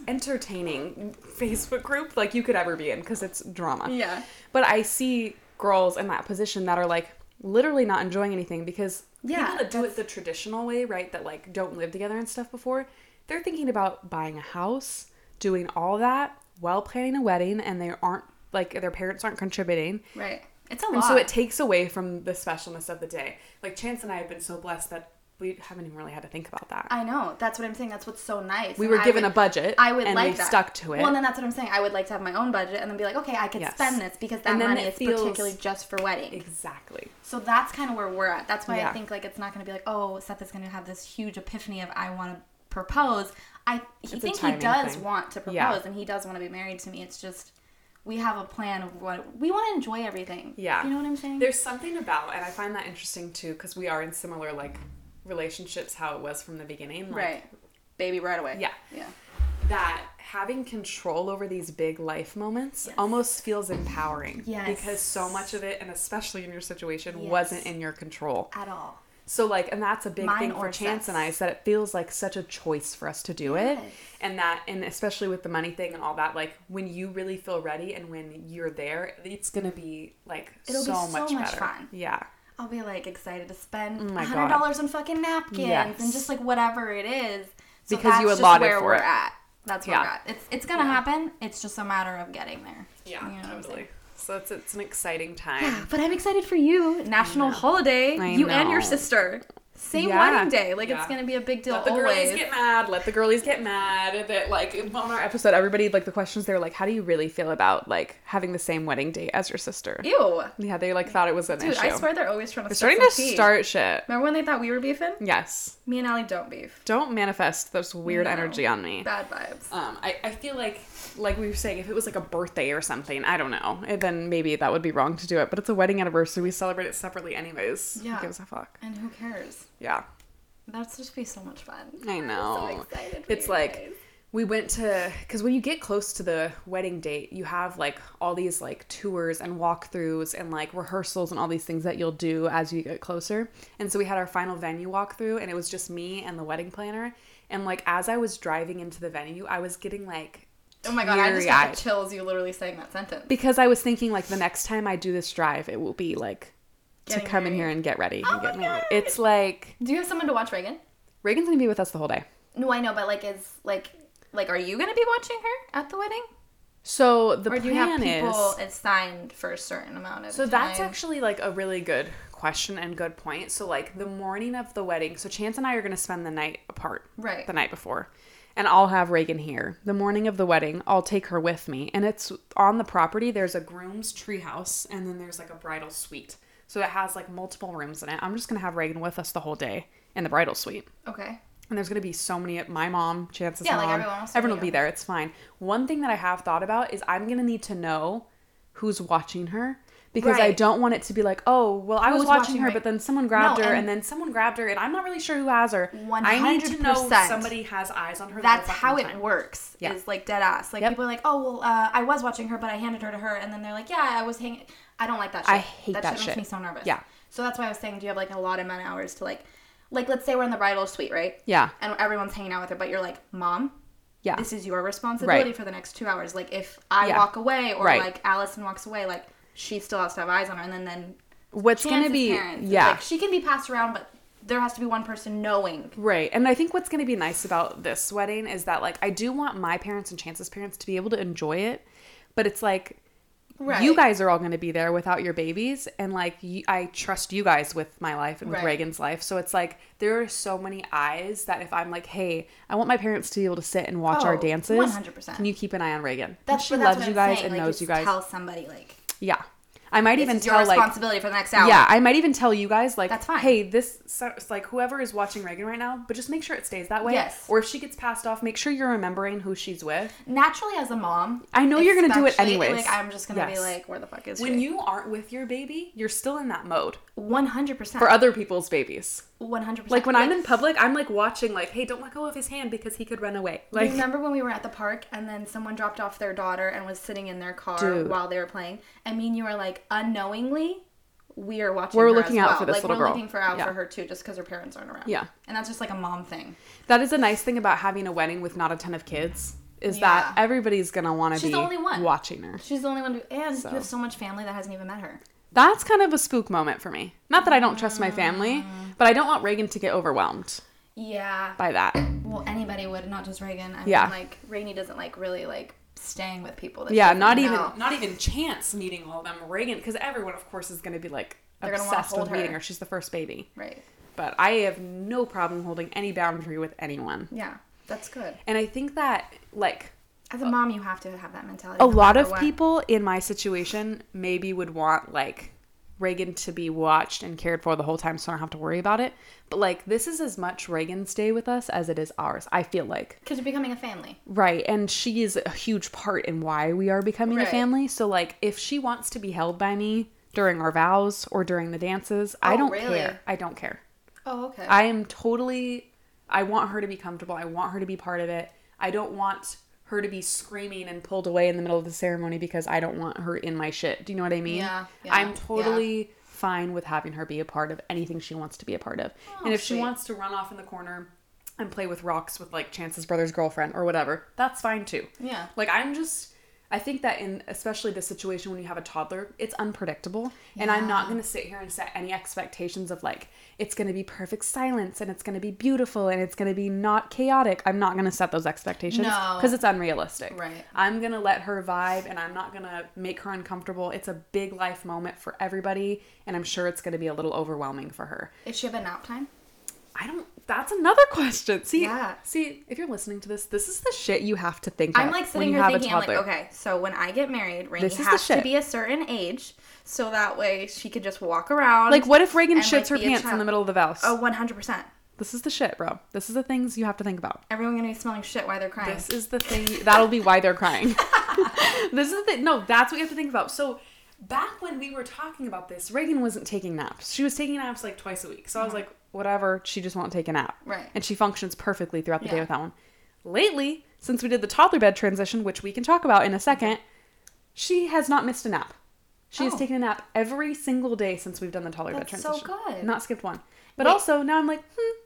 Speaker 2: entertaining Facebook group like you could ever be in because it's drama.
Speaker 1: Yeah.
Speaker 2: But I see girls in that position that are like literally not enjoying anything because
Speaker 1: Yeah,
Speaker 2: people that do it the traditional way, right? That like don't live together and stuff before, they're thinking about buying a house, doing all that while planning a wedding, and they aren't like their parents aren't contributing.
Speaker 1: Right. It's a lot.
Speaker 2: And so it takes away from the specialness of the day. Like Chance and I have been so blessed that we haven't even really had to think about that.
Speaker 1: I know. That's what I'm saying. That's what's so nice.
Speaker 2: we
Speaker 1: And
Speaker 2: were
Speaker 1: I
Speaker 2: given
Speaker 1: would-
Speaker 2: a budget
Speaker 1: I would
Speaker 2: and
Speaker 1: like
Speaker 2: we
Speaker 1: that.
Speaker 2: stuck to it.
Speaker 1: Well, and then that's what I'm saying. I would like to have my own budget and then be like, okay, I could
Speaker 2: Yes.
Speaker 1: spend this because that
Speaker 2: And then
Speaker 1: money
Speaker 2: it
Speaker 1: is
Speaker 2: feels-
Speaker 1: particularly just for wedding.
Speaker 2: exactly.
Speaker 1: so that's kind of where we're at. That's why
Speaker 2: Yeah.
Speaker 1: I think like it's not going to be like, oh, Seth is going to have this huge epiphany of I want to propose. I he
Speaker 2: a
Speaker 1: think he
Speaker 2: timing
Speaker 1: does
Speaker 2: thing.
Speaker 1: want to propose
Speaker 2: Yeah.
Speaker 1: and he does want to be married to me. It's just we have a plan of what we want to enjoy everything.
Speaker 2: Yeah.
Speaker 1: You know what I'm saying?
Speaker 2: There's something about, and I find that interesting too, because we are in similar like relationships, how it was from the beginning. Like,
Speaker 1: right. Baby right away.
Speaker 2: Yeah.
Speaker 1: Yeah.
Speaker 2: That having control over these big life moments
Speaker 1: Yes.
Speaker 2: almost feels empowering.
Speaker 1: Yes.
Speaker 2: Because so much of it, and especially in your situation,
Speaker 1: Yes.
Speaker 2: wasn't in your control.
Speaker 1: At all.
Speaker 2: So like, and that's a big
Speaker 1: Mine
Speaker 2: thing
Speaker 1: or
Speaker 2: for Chance and
Speaker 1: Seth's.
Speaker 2: I is that it feels like such a choice for us to do it,
Speaker 1: Yes.
Speaker 2: and that, and especially with the money thing and all that, like when you really feel ready and when you're there, it's gonna be like
Speaker 1: It'll be
Speaker 2: so
Speaker 1: so
Speaker 2: much
Speaker 1: much
Speaker 2: better.
Speaker 1: fun.
Speaker 2: Yeah.
Speaker 1: I'll be like excited to spend
Speaker 2: Oh my
Speaker 1: hundred dollars on fucking napkins
Speaker 2: Yes.
Speaker 1: and just like whatever it is. So
Speaker 2: Because
Speaker 1: that's
Speaker 2: you
Speaker 1: just
Speaker 2: allotted
Speaker 1: where
Speaker 2: for
Speaker 1: we're
Speaker 2: it.
Speaker 1: at. That's where
Speaker 2: Yeah.
Speaker 1: we're at. It's it's gonna happen. It's just a matter of getting there.
Speaker 2: Yeah,
Speaker 1: You know what I'm
Speaker 2: totally.
Speaker 1: saying?
Speaker 2: So it's it's an exciting
Speaker 1: (sighs)
Speaker 2: time.
Speaker 1: Yeah, but I'm excited for you. National holiday.
Speaker 2: I
Speaker 1: you and your
Speaker 2: know.
Speaker 1: sister. Same
Speaker 2: Yeah.
Speaker 1: wedding day. Like
Speaker 2: Yeah.
Speaker 1: it's gonna be a big deal
Speaker 2: Let the
Speaker 1: always.
Speaker 2: girlies get mad. Let the girlies get mad. That like on our episode, everybody like the questions they were like, "How do you really feel about like having the same wedding day as your sister?"
Speaker 1: Ew.
Speaker 2: Yeah, they like thought it was an
Speaker 1: Dude,
Speaker 2: issue.
Speaker 1: I swear they're always trying to
Speaker 2: They're starting to
Speaker 1: start some beef.
Speaker 2: start shit.
Speaker 1: Remember when they thought we were beefing?
Speaker 2: Yes,
Speaker 1: Me and Allie don't beef.
Speaker 2: don't manifest this weird
Speaker 1: No.
Speaker 2: energy on me.
Speaker 1: Bad vibes.
Speaker 2: Um, I, I feel like like we were saying, if it was like a birthday or something, I don't know, and then maybe that would be wrong to do it. But it's a wedding anniversary; we celebrate it separately, anyways.
Speaker 1: Yeah.
Speaker 2: who gives a fuck?
Speaker 1: And who cares?
Speaker 2: Yeah.
Speaker 1: That's just be so much fun.
Speaker 2: I know.
Speaker 1: so excited for
Speaker 2: it's
Speaker 1: you
Speaker 2: like
Speaker 1: guys.
Speaker 2: we went to because when you get close to the wedding date, you have like all these like tours and walkthroughs and like rehearsals and all these things that you'll do as you get closer. And so we had our final venue walkthrough, and it was just me and the wedding planner. And like as I was driving into the venue, I was getting like
Speaker 1: Oh my god, I just got
Speaker 2: teary-eyed.
Speaker 1: the chills you literally saying that sentence.
Speaker 2: because I was thinking like the next time I do this drive, it will be like
Speaker 1: Getting
Speaker 2: to come in
Speaker 1: married.
Speaker 2: here and get ready
Speaker 1: Oh
Speaker 2: and get
Speaker 1: my
Speaker 2: married.
Speaker 1: God.
Speaker 2: It's like
Speaker 1: Do you have someone to watch Reagan?
Speaker 2: Reagan's gonna be with us the whole day.
Speaker 1: No, I know, but like is like like are you gonna be watching her at the wedding?
Speaker 2: So the
Speaker 1: Or do you have
Speaker 2: plan
Speaker 1: people
Speaker 2: is
Speaker 1: assigned for a certain amount of
Speaker 2: so
Speaker 1: time?
Speaker 2: that's actually like a really good question and good point. So like the morning of the wedding, so Chance and I are going to spend the night apart.
Speaker 1: Right.
Speaker 2: The night before. And I'll have Reagan here. The morning of the wedding, I'll take her with me. And it's on the property. There's a groom's treehouse and then there's like a bridal suite. So it has like multiple rooms in it. I'm just going to have Reagan with us the whole day in the bridal suite.
Speaker 1: Okay.
Speaker 2: And there's gonna be so many. My mom, chances.
Speaker 1: Yeah,
Speaker 2: mom,
Speaker 1: like everyone else will
Speaker 2: Everyone will
Speaker 1: be
Speaker 2: be there. It's fine. One thing that I have thought about is I'm gonna need to know who's watching her because I
Speaker 1: Right.
Speaker 2: don't want it to be like, oh, well, I was
Speaker 1: Who's
Speaker 2: watching,
Speaker 1: watching
Speaker 2: her,
Speaker 1: her?
Speaker 2: but then someone grabbed
Speaker 1: No,
Speaker 2: her, and,
Speaker 1: and-
Speaker 2: then someone grabbed her, and I'm not really sure who has her. I need to know
Speaker 1: 100%.
Speaker 2: somebody has eyes on her. the
Speaker 1: That's
Speaker 2: whole fucking
Speaker 1: how it
Speaker 2: time.
Speaker 1: works.
Speaker 2: Yeah.
Speaker 1: Is like dead ass. Like
Speaker 2: Yep.
Speaker 1: people are like, oh well, uh, I was watching her, but I handed her to her, and then they're like, yeah, I was hanging. I don't like that. shit.
Speaker 2: I hate that shit.
Speaker 1: Makes me so nervous.
Speaker 2: Yeah.
Speaker 1: So that's why I was saying, do you have like a lot amount of hours to like, like let's say we're in the bridal suite, right?
Speaker 2: Yeah.
Speaker 1: And everyone's hanging out with her, but you're like, mom.
Speaker 2: Yeah.
Speaker 1: This is your responsibility
Speaker 2: Right.
Speaker 1: for the next two hours. Like if I
Speaker 2: Yeah.
Speaker 1: walk away or
Speaker 2: Right.
Speaker 1: like Allison walks away, like she still has to have eyes on her, and then then
Speaker 2: What's
Speaker 1: Chance's
Speaker 2: gonna be?
Speaker 1: parents. It's
Speaker 2: Yeah.
Speaker 1: Like she can be passed around, but there has to be one person knowing.
Speaker 2: Right. And I think what's going to be nice about this wedding is that, like, I do want my parents and Chance's parents to be able to enjoy it, but it's like,
Speaker 1: Right.
Speaker 2: you guys are all going to be there without your babies. And, like, you, I trust you guys with my life and with
Speaker 1: Right.
Speaker 2: Reagan's life. So it's like, there are so many eyes that if I'm like, hey, I want my parents to be able to sit and watch our
Speaker 1: Oh,
Speaker 2: dances,
Speaker 1: 100%.
Speaker 2: can you keep an eye on Reagan?
Speaker 1: That's
Speaker 2: she
Speaker 1: but that's
Speaker 2: loves
Speaker 1: what
Speaker 2: you
Speaker 1: I'm
Speaker 2: guys
Speaker 1: saying,
Speaker 2: and
Speaker 1: like,
Speaker 2: knows
Speaker 1: just
Speaker 2: you guys.
Speaker 1: Tell somebody like
Speaker 2: yeah. I might even
Speaker 1: it's your
Speaker 2: tell, like,
Speaker 1: responsibility for the next hour.
Speaker 2: Yeah, I might even tell you guys like,
Speaker 1: That's fine.
Speaker 2: Hey, this so, it's like whoever is watching Reagan right now, but just make sure it stays that way.
Speaker 1: Yes.
Speaker 2: Or if she gets passed off, make sure you're remembering who she's with.
Speaker 1: Naturally, as a mom,
Speaker 2: I know you're gonna do it
Speaker 1: especially,
Speaker 2: anyways.
Speaker 1: Like I'm just gonna
Speaker 2: Yes.
Speaker 1: be like, where the fuck is
Speaker 2: When you aren't with your baby, you're still in that mode
Speaker 1: One hundred percent.
Speaker 2: for other people's babies.
Speaker 1: One hundred percent.
Speaker 2: Like when I'm in public, I'm like watching like, hey, don't let go of his hand because he could run away. Like
Speaker 1: Remember when we were at the park and then someone dropped off their daughter and was sitting in their car
Speaker 2: Dude.
Speaker 1: while they were playing? I mean, you were like unknowingly, we are watching.
Speaker 2: We're
Speaker 1: her
Speaker 2: looking
Speaker 1: as
Speaker 2: out
Speaker 1: well.
Speaker 2: for this
Speaker 1: like,
Speaker 2: little
Speaker 1: we're
Speaker 2: girl.
Speaker 1: looking for out
Speaker 2: Yeah.
Speaker 1: for her too, just because her parents aren't around.
Speaker 2: Yeah.
Speaker 1: and that's just like a mom thing.
Speaker 2: that is a nice thing about having a wedding with not a ton of kids is that
Speaker 1: Yeah.
Speaker 2: everybody's gonna want to
Speaker 1: She's
Speaker 2: be
Speaker 1: the only one.
Speaker 2: watching her.
Speaker 1: She's the only one who, and you have so much family that hasn't even met her.
Speaker 2: That's kind of a spook moment for me. Not that I don't trust my
Speaker 1: Mm.
Speaker 2: family, but I don't want Reagan to get overwhelmed
Speaker 1: Yeah,
Speaker 2: by that.
Speaker 1: Well, anybody would, not just Reagan. I
Speaker 2: Yeah.
Speaker 1: mean, like Rainey doesn't like really like staying with people. That
Speaker 2: Yeah,
Speaker 1: she
Speaker 2: not
Speaker 1: doesn't
Speaker 2: even
Speaker 1: know.
Speaker 2: not even chance meeting all of them. Reagan, because everyone, of course, is going to be like
Speaker 1: They're gonna wanna
Speaker 2: obsessed with
Speaker 1: hold her.
Speaker 2: meeting her. She's the first baby,
Speaker 1: Right.
Speaker 2: but I have no problem holding any boundary with anyone.
Speaker 1: Yeah, that's good.
Speaker 2: And I think that like
Speaker 1: As a mom, you have to have that mentality.
Speaker 2: a
Speaker 1: no
Speaker 2: lot
Speaker 1: matter
Speaker 2: of
Speaker 1: what.
Speaker 2: people in my situation maybe would want like Reagan to be watched and cared for the whole time, so I don't have to worry about it. But like this is as much Reagan's day with us as it is ours. I feel like.
Speaker 1: because you're becoming a family.
Speaker 2: Right. And she is a huge part in why we are becoming a
Speaker 1: Right.
Speaker 2: family. So, like, if she wants to be held by me during our vows or during the dances, I
Speaker 1: Oh,
Speaker 2: don't
Speaker 1: really?
Speaker 2: care. I don't care.
Speaker 1: Oh, okay.
Speaker 2: I am totally, I want her to be comfortable. I want her to be part of it. I don't want her to be screaming and pulled away in the middle of the ceremony because I don't want her in my shit. Do you know what I mean?
Speaker 1: Yeah, yeah,
Speaker 2: I'm
Speaker 1: yeah.
Speaker 2: totally. Fine with having her be a part of anything she wants to be a part of. and if
Speaker 1: Oh,
Speaker 2: she
Speaker 1: sweet.
Speaker 2: wants to run off in the corner and play with rocks with like Chance's brother's girlfriend or whatever, that's fine too.
Speaker 1: Yeah.
Speaker 2: Like I'm just I think that in especially this situation when you have a toddler, it's unpredictable. And I'm not gonna sit here and set any expectations of like it's gonna be perfect silence and it's gonna be beautiful and it's gonna be not chaotic. I'm not gonna set those expectations
Speaker 1: No.
Speaker 2: because it's unrealistic.
Speaker 1: Right.
Speaker 2: I'm gonna let her vibe and I'm not gonna make her uncomfortable. It's a big life moment for everybody, and I'm sure it's gonna be a little overwhelming for her.
Speaker 1: Is she have a nap time?
Speaker 2: I don't that's another question. See
Speaker 1: Yeah.
Speaker 2: see, if you're listening to this, this is the shit you have to think
Speaker 1: I'm
Speaker 2: of
Speaker 1: like
Speaker 2: when
Speaker 1: sitting
Speaker 2: you
Speaker 1: here
Speaker 2: have a
Speaker 1: thinking, I'm like,
Speaker 2: toddler.
Speaker 1: okay, so when I get married, Rainey
Speaker 2: This is the
Speaker 1: has to
Speaker 2: shit.
Speaker 1: be a certain age, so that way she could just walk around.
Speaker 2: Like, what if Reagan
Speaker 1: and, like,
Speaker 2: shits her
Speaker 1: be a
Speaker 2: pants in
Speaker 1: child.
Speaker 2: the middle of the vows?
Speaker 1: Oh, 100. percent
Speaker 2: This is the shit, bro. This is the things you have to think about.
Speaker 1: Everyone gonna be smelling shit while they're crying.
Speaker 2: This is the thing. That'll be why they're crying. (laughs) this is the thing. No, that's what you have to think about. So, back when we were talking about this, Reagan wasn't taking naps. She was taking naps like twice a week. So I was like, whatever. She just won't take a nap.
Speaker 1: Mm-hmm. Right.
Speaker 2: And she functions perfectly throughout the day
Speaker 1: Yeah.
Speaker 2: with that one. Lately, since we did the toddler bed transition, which we can talk about in a second, she has not missed a nap. She has
Speaker 1: Oh.
Speaker 2: taken a nap every single day since we've done the toddler bed
Speaker 1: That's
Speaker 2: transition.
Speaker 1: so good.
Speaker 2: Not skipped one. But
Speaker 1: Wait.
Speaker 2: also now I'm like, hmm,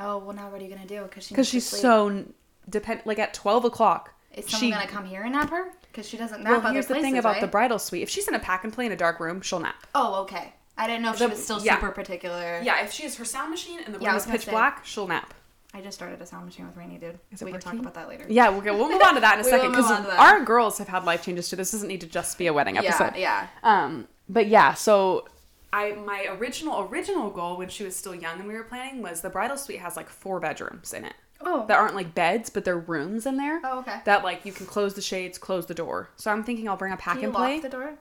Speaker 1: Oh well, now what are you gonna do? Because she
Speaker 2: because
Speaker 1: needs to
Speaker 2: she's
Speaker 1: sleep.
Speaker 2: so n- depend. Like at twelve o'clock,
Speaker 1: Is someone
Speaker 2: she.
Speaker 1: gonna come here and nap her? Because she doesn't nap
Speaker 2: well,
Speaker 1: other
Speaker 2: here's the
Speaker 1: places,
Speaker 2: thing about
Speaker 1: right?
Speaker 2: the bridal suite. If she's in a pack and play in a dark room, she'll nap.
Speaker 1: Oh, okay. I didn't know if
Speaker 2: The-
Speaker 1: she was still
Speaker 2: yeah.
Speaker 1: super particular.
Speaker 2: Yeah, if she has her sound machine and the
Speaker 1: Yeah, I was gonna say.
Speaker 2: she'll nap.
Speaker 1: I just started a sound machine with Rainy, dude.
Speaker 2: Is it
Speaker 1: we can talk
Speaker 2: working?
Speaker 1: about that later.
Speaker 2: Yeah, we'll, go- we'll move on to (laughs) that in a
Speaker 1: We will
Speaker 2: second
Speaker 1: move
Speaker 2: because
Speaker 1: on to that.
Speaker 2: our girls have had life changes too. This doesn't need to just be a wedding episode.
Speaker 1: yeah, yeah.
Speaker 2: Um, but yeah, so I my original original goal when she was still young and we were planning was the bridal suite has like four bedrooms in it
Speaker 1: Oh,
Speaker 2: that aren't like beds, but they're rooms in there.
Speaker 1: Oh, okay.
Speaker 2: That like you can close the shades, close the door. So I'm thinking I'll bring a pack
Speaker 1: can you
Speaker 2: and
Speaker 1: lock
Speaker 2: play.
Speaker 1: the door?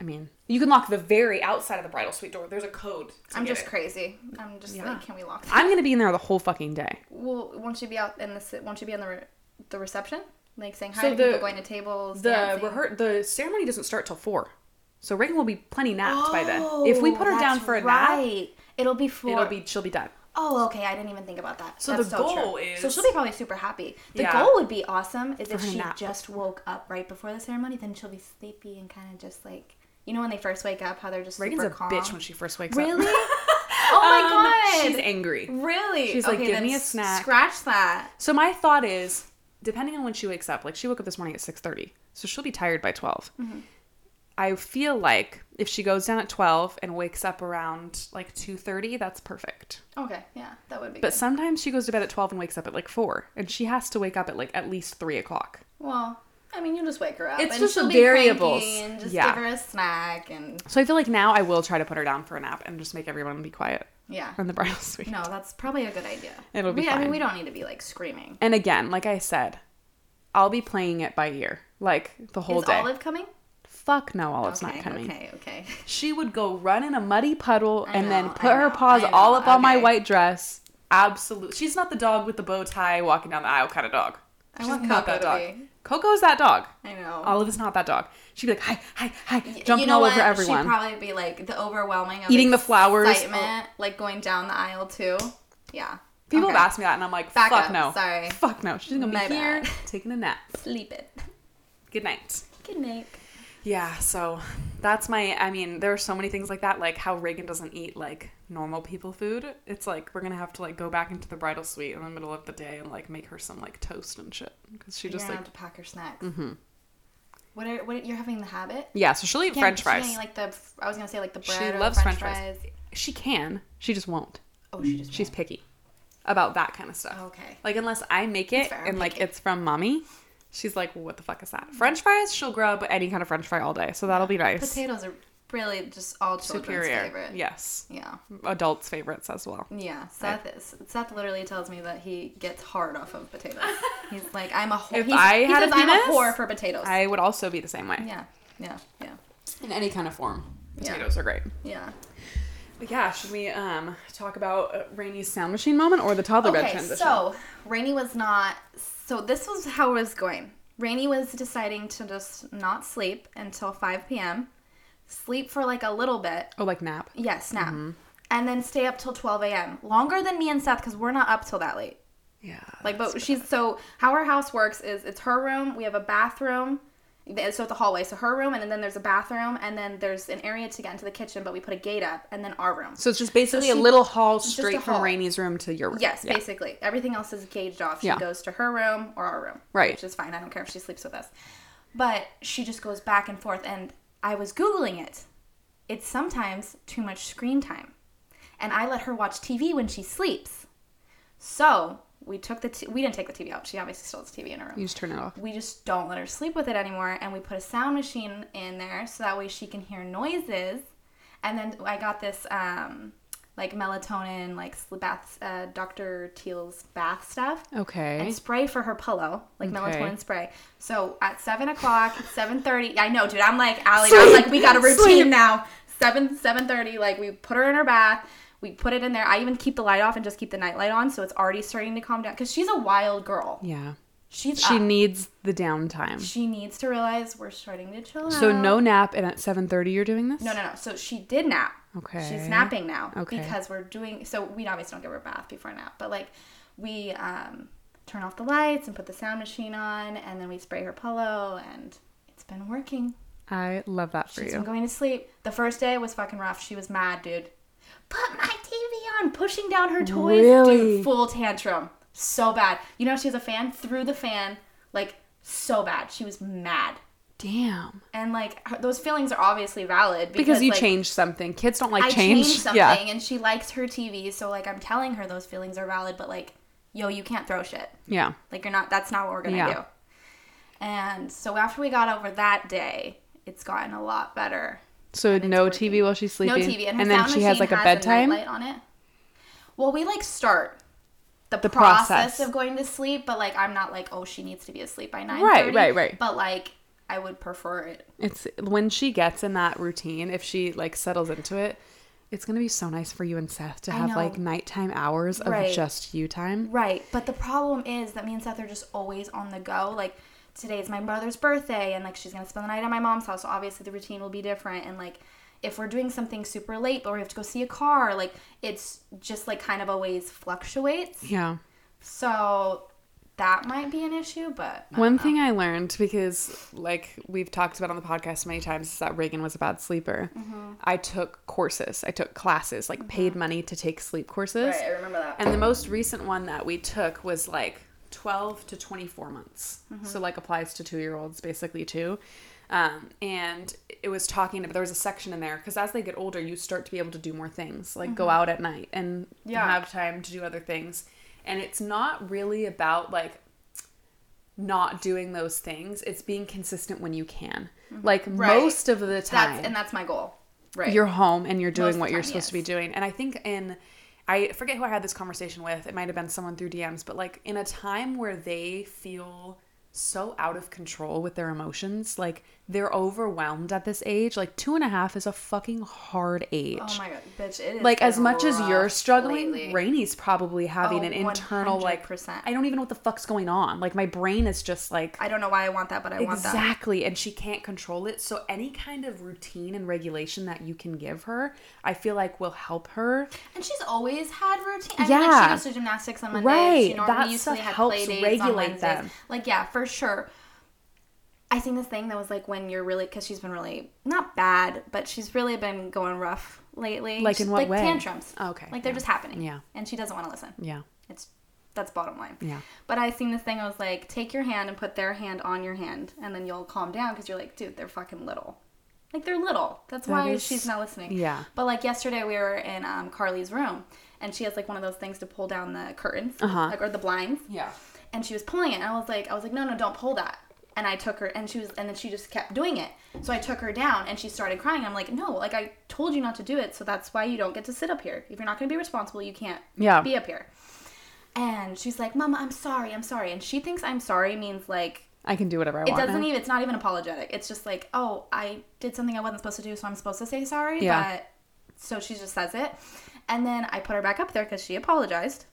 Speaker 2: I mean, you can lock the very outside of the bridal suite door. There's a code. to
Speaker 1: I'm
Speaker 2: get
Speaker 1: just
Speaker 2: it.
Speaker 1: crazy. I'm just
Speaker 2: Yeah.
Speaker 1: like, can we lock? That?
Speaker 2: I'm gonna be in there the whole fucking day.
Speaker 1: Well, won't you be out in the? se- Won't you be on the re- the reception, like saying hi
Speaker 2: So
Speaker 1: to
Speaker 2: the-
Speaker 1: people, going to tables,
Speaker 2: The
Speaker 1: dancing?
Speaker 2: rehear- the ceremony doesn't start till four, so Reagan will be plenty napped by then. If we put her down
Speaker 1: Oh, that's
Speaker 2: for a nap,
Speaker 1: right. it'll be four.
Speaker 2: it'll be she'll be done.
Speaker 1: Oh, okay. I didn't even think about that.
Speaker 2: So
Speaker 1: That's
Speaker 2: the
Speaker 1: true.
Speaker 2: goal is-
Speaker 1: So she'll be probably super happy. The
Speaker 2: Yeah.
Speaker 1: goal would be awesome is if
Speaker 2: her to
Speaker 1: she
Speaker 2: nap.
Speaker 1: just woke up right before the ceremony, then she'll be sleepy and kind of just like you know when they first wake up, how they're just
Speaker 2: Reagan's
Speaker 1: super
Speaker 2: a
Speaker 1: calm.
Speaker 2: bitch when she first wakes up. (laughs)
Speaker 1: really? oh my
Speaker 2: Um,
Speaker 1: god.
Speaker 2: She's angry.
Speaker 1: really?
Speaker 2: she's like,
Speaker 1: Okay,
Speaker 2: "Give
Speaker 1: then
Speaker 2: me a
Speaker 1: s-
Speaker 2: snack."
Speaker 1: Scratch that.
Speaker 2: So my thought is, depending on when she wakes up, like she woke up this morning at six thirty, so she'll be tired by 12
Speaker 1: Mm-hmm.
Speaker 2: I feel like if she goes down at twelve and wakes up around like two thirty, that's perfect.
Speaker 1: Okay. Yeah, that would be.
Speaker 2: But
Speaker 1: good.
Speaker 2: sometimes she goes to bed at twelve and wakes up at like four, and she has to wake up at like at least three o'clock.
Speaker 1: Well, I mean, you just wake her up.
Speaker 2: It's
Speaker 1: and
Speaker 2: just
Speaker 1: she'll
Speaker 2: the
Speaker 1: be cranky
Speaker 2: variables.
Speaker 1: And just
Speaker 2: Yeah.
Speaker 1: give her a snack and
Speaker 2: So I feel like now I will try to put her down for a nap and just make everyone be quiet
Speaker 1: yeah.
Speaker 2: in the bridal suite. (laughs)
Speaker 1: No, that's probably a good idea.
Speaker 2: Um, It'll be
Speaker 1: We- I
Speaker 2: fine.
Speaker 1: mean, we don't need to be like screaming.
Speaker 2: And again, like I said, I'll be playing it by ear, like the whole
Speaker 1: Is
Speaker 2: day.
Speaker 1: Olive coming?
Speaker 2: Fuck no, Olive's
Speaker 1: okay,
Speaker 2: not coming.
Speaker 1: Okay, okay. (laughs)
Speaker 2: She would go run in a muddy puddle
Speaker 1: I
Speaker 2: and then
Speaker 1: know,
Speaker 2: put
Speaker 1: I
Speaker 2: her
Speaker 1: know,
Speaker 2: paws
Speaker 1: I know,
Speaker 2: all up on my
Speaker 1: okay.
Speaker 2: white dress. Absolutely. She's not the dog with the bow tie walking down the aisle kind of dog.
Speaker 1: I
Speaker 2: She's
Speaker 1: want
Speaker 2: not that
Speaker 1: Coco
Speaker 2: dog.
Speaker 1: to be.
Speaker 2: Coco's that dog.
Speaker 1: I know.
Speaker 2: Olive is not that dog. She'd be like, hi, hi, hi,
Speaker 1: Y-
Speaker 2: jumping
Speaker 1: you know
Speaker 2: all
Speaker 1: what?
Speaker 2: over everyone.
Speaker 1: She'd probably be like the overwhelming of
Speaker 2: Eating the flowers. oh.
Speaker 1: excitement, like going down the aisle too. Yeah.
Speaker 2: People
Speaker 1: okay.
Speaker 2: have asked me that, and I'm like,
Speaker 1: Back
Speaker 2: fuck
Speaker 1: up,
Speaker 2: no.
Speaker 1: sorry.
Speaker 2: Fuck no. She's gonna be
Speaker 1: My
Speaker 2: here
Speaker 1: bad.
Speaker 2: taking a nap.
Speaker 1: Sleep it. (laughs)
Speaker 2: Good night.
Speaker 1: Good night.
Speaker 2: Yeah, so that's my. I mean, there are so many things like that, like how Reagan doesn't eat like normal people food. It's like we're gonna have to like go back into the bridal suite in the middle of the day and like make her some like toast and shit because she
Speaker 1: You're
Speaker 2: just
Speaker 1: gonna
Speaker 2: like
Speaker 1: have to pack her snacks. Mm-hmm. What are what? You're having the habit.
Speaker 2: yeah. So she'll eat
Speaker 1: Can't-
Speaker 2: French
Speaker 1: she can't
Speaker 2: fries.
Speaker 1: eat, like the f- I was gonna say like the
Speaker 2: She
Speaker 1: bread. or
Speaker 2: loves
Speaker 1: French,
Speaker 2: french
Speaker 1: fries.
Speaker 2: she can. She just won't.
Speaker 1: Oh, she just.
Speaker 2: She's
Speaker 1: won't. Oh,
Speaker 2: picky about that kind of stuff.
Speaker 1: okay.
Speaker 2: Like unless I make it
Speaker 1: fair,
Speaker 2: and like
Speaker 1: make it. Mm-hmm.
Speaker 2: it's from mommy, she's like, what the fuck is that? French fries? She'll grub any kind of French fry all day, so that'll be nice.
Speaker 1: Potatoes are really just all children's
Speaker 2: Superior,
Speaker 1: favorite.
Speaker 2: yes.
Speaker 1: Yeah.
Speaker 2: Adults' favorites as well.
Speaker 1: Yeah, Seth is. Seth literally tells me that he gets hard off of potatoes.
Speaker 2: (laughs)
Speaker 1: He's like, I'm a whore.
Speaker 2: If
Speaker 1: He's-
Speaker 2: I
Speaker 1: he
Speaker 2: had a
Speaker 1: says, I'm a
Speaker 2: penis,
Speaker 1: whore for potatoes.
Speaker 2: I would also be the same way.
Speaker 1: yeah, yeah, yeah,
Speaker 2: in any kind of form.
Speaker 1: Yeah.
Speaker 2: Potatoes are great.
Speaker 1: yeah.
Speaker 2: But yeah, should we um talk about uh, Rainy's sound machine moment or the toddler bed
Speaker 1: Okay,
Speaker 2: transition?
Speaker 1: so Rainy was not. So this was how it was going. Rainy was deciding to just not sleep until 5 p.m. Sleep for like a little bit.
Speaker 2: oh, like nap.
Speaker 1: Yeah, snap.
Speaker 2: Mm-hmm.
Speaker 1: And then stay up till 12 a.m. Longer than me and Seth because we're not up till that late.
Speaker 2: Yeah.
Speaker 1: Like, but she's so how her house works is it's her room. We have a bathroom. th- So it's a hallway. So her room, and then there's a bathroom, and then there's an area to get into the kitchen. But we put a gate up, and then our room.
Speaker 2: so it's just basically
Speaker 1: so
Speaker 2: a
Speaker 1: she-
Speaker 2: little hall
Speaker 1: just a
Speaker 2: straight from
Speaker 1: hall.
Speaker 2: Rainy's room to your room.
Speaker 1: Yes,
Speaker 2: Yeah.
Speaker 1: basically everything else is gauged off. She
Speaker 2: Yeah.
Speaker 1: goes to her room or our room,
Speaker 2: Right.
Speaker 1: Which is fine. I don't care if she sleeps with us, but she just goes back and forth. And I was googling it. It's sometimes too much screen time, and I let her watch TV when she sleeps. So we took the t- we didn't take the TV out. She obviously still has TV in her room.
Speaker 2: You just turn it off.
Speaker 1: we just don't let her sleep with it anymore and we put a sound machine in there so that way she can hear noises and then i got this um like melatonin like sl- bath uh, dr teal's bath stuff
Speaker 2: Okay.
Speaker 1: and spray for her pillow like
Speaker 2: Okay.
Speaker 1: melatonin spray so at 7
Speaker 2: (laughs)
Speaker 1: o'clock 7.30 i know dude i'm like Allie, i'm like we got a routine
Speaker 2: Sleep.
Speaker 1: now 7 7.30 like we put her in her bath we put it in there i even keep the light off and just keep the nightlight on so it's already starting to calm down because she's a wild girl
Speaker 2: Yeah.
Speaker 1: she's
Speaker 2: She
Speaker 1: up.
Speaker 2: needs the downtime.
Speaker 1: She needs to realize we're starting to chill out.
Speaker 2: So no nap, and at seven thirty you're doing this.
Speaker 1: No, no, no. So she did nap.
Speaker 2: Okay.
Speaker 1: She's napping now.
Speaker 2: Okay.
Speaker 1: Because we're doing so we obviously don't give her a bath before nap, but like we um turn off the lights and put the sound machine on and then we spray her pillow and it's been working.
Speaker 2: I love that for
Speaker 1: She's been
Speaker 2: you.
Speaker 1: going to sleep. The first day was fucking rough. She was mad, dude. Put my TV on, pushing down her toys.
Speaker 2: Really?
Speaker 1: Dude, full tantrum. So bad. You know she was a fan? Threw the fan, like so bad. She was mad.
Speaker 2: Damn.
Speaker 1: and like her, those feelings are obviously valid
Speaker 2: Because you
Speaker 1: like,
Speaker 2: changed something. Kids don't like
Speaker 1: I
Speaker 2: change.
Speaker 1: changed something,
Speaker 2: (laughs) Yeah.
Speaker 1: and she likes her TV, so like I'm telling her those feelings are valid, but like yo, you can't throw shit.
Speaker 2: Yeah.
Speaker 1: Like you're not. That's not what we're gonna
Speaker 2: Yeah.
Speaker 1: do. And so after we got over that day, it's gotten a lot better.
Speaker 2: So no
Speaker 1: working.
Speaker 2: TV while she's sleeping.
Speaker 1: No TV, and, her
Speaker 2: and then
Speaker 1: sound
Speaker 2: she has
Speaker 1: machine
Speaker 2: like a bedtime.
Speaker 1: nightlight on it. Well, we like start the,
Speaker 2: The
Speaker 1: process.
Speaker 2: process.
Speaker 1: of going to sleep, but like I'm not like oh she needs to be asleep by nine.
Speaker 2: right, right.
Speaker 1: But like I would prefer it.
Speaker 2: It's when she gets in that routine, if she like settles into it, it's gonna be so nice for you and Seth to have
Speaker 1: know.
Speaker 2: like nighttime hours of
Speaker 1: Right.
Speaker 2: just you time.
Speaker 1: Right, but the problem is that me and Seth are just always on the go. Like today is my brother's birthday, and like she's gonna spend the night at my mom's house. So obviously the routine will be different. And like if we're doing something super late, but we have to go see a car, like it's just like kind of always fluctuates.
Speaker 2: Yeah.
Speaker 1: So that might be an issue, but I
Speaker 2: One thing I learned because like we've talked about on the podcast many times is that Reagan was a bad sleeper.
Speaker 1: Mm-hmm.
Speaker 2: I took courses, I took classes, like paid money to take sleep courses.
Speaker 1: Right, I remember that.
Speaker 2: And the most recent one that we took was like 12 to 24 months.
Speaker 1: Mm-hmm.
Speaker 2: So like applies to 2-year-olds basically too. Um, and it was talking about there was a section in there because as they get older you start to be able to do more things like go out at night and
Speaker 1: Mm-hmm. Yeah.
Speaker 2: have time to do other things and it's not really about like not doing those things. It's being consistent when you can. Like
Speaker 1: Mm-hmm. Right.
Speaker 2: most of the time,
Speaker 1: that's and that's my goal. Right.
Speaker 2: you're home and you're
Speaker 1: Most
Speaker 2: doing
Speaker 1: of
Speaker 2: what
Speaker 1: the
Speaker 2: you're
Speaker 1: time,
Speaker 2: supposed to be
Speaker 1: yes.
Speaker 2: doing. And I think in, I forget who I had this conversation with. It might have been someone through DMs, but like in a time where they feel so out of control with their emotions, like they're overwhelmed at this age. Like two and a half is a fucking hard age.
Speaker 1: oh my god, bitch! It is
Speaker 2: like as much as you're
Speaker 1: rough
Speaker 2: struggling,
Speaker 1: lately.
Speaker 2: Rainy's probably having
Speaker 1: Oh,
Speaker 2: an internal like
Speaker 1: 100%.
Speaker 2: I don't even know what the fuck's going on. Like my brain is just like
Speaker 1: I don't know why I want that, but I want that.
Speaker 2: Exactly. And she can't control it. So any kind of routine and regulation that you can give her, I feel like will help her.
Speaker 1: And she's always had routine. I mean, like,
Speaker 2: Yeah.
Speaker 1: she goes to gymnastics on Mondays.
Speaker 2: Right.
Speaker 1: She normally
Speaker 2: That
Speaker 1: used
Speaker 2: stuff
Speaker 1: to have
Speaker 2: helps
Speaker 1: play dates on
Speaker 2: regulate
Speaker 1: Wednesdays.
Speaker 2: them.
Speaker 1: Like, yeah, for sure. I seen this thing that was like when you're really because she's been really not bad, but she's really been going rough lately.
Speaker 2: Like, in
Speaker 1: She's-
Speaker 2: what
Speaker 1: like
Speaker 2: way?
Speaker 1: Tantrums.
Speaker 2: Oh, okay.
Speaker 1: Like they're
Speaker 2: Yeah.
Speaker 1: just happening.
Speaker 2: Yeah.
Speaker 1: And she doesn't want to listen.
Speaker 2: Yeah.
Speaker 1: It's that's bottom line.
Speaker 2: Yeah.
Speaker 1: But I seen this thing. I was like, take your hand and put their hand on your hand, and then you'll calm down because you're like, dude, they're fucking little. Like they're little. That's
Speaker 2: That
Speaker 1: why
Speaker 2: is-
Speaker 1: she's not listening.
Speaker 2: yeah.
Speaker 1: But like yesterday, we were in um, Carly's room, and she has like one of those things to pull down the curtains,
Speaker 2: Uh-huh.
Speaker 1: like or the blinds,
Speaker 2: Yeah.
Speaker 1: and she was pulling it. And I was like, I was like, no, no, don't pull that. And I took her, and she was, and then she just kept doing it. So I took her down, and she started crying. I'm like, no, like I told you not to do it, so that's why you don't get to sit up here. If you're not gonna be responsible, you can't
Speaker 2: Yeah.
Speaker 1: be up here. And she's like, Mama, I'm sorry, I'm sorry. And she thinks I'm sorry means like
Speaker 2: I can do whatever I
Speaker 1: it
Speaker 2: want.
Speaker 1: doesn't
Speaker 2: now.
Speaker 1: even it's not even apologetic. It's just like, oh, I did something I wasn't supposed to do, so I'm supposed to say sorry.
Speaker 2: Yeah.
Speaker 1: But so she just says it. And then I put her back up there because she apologized.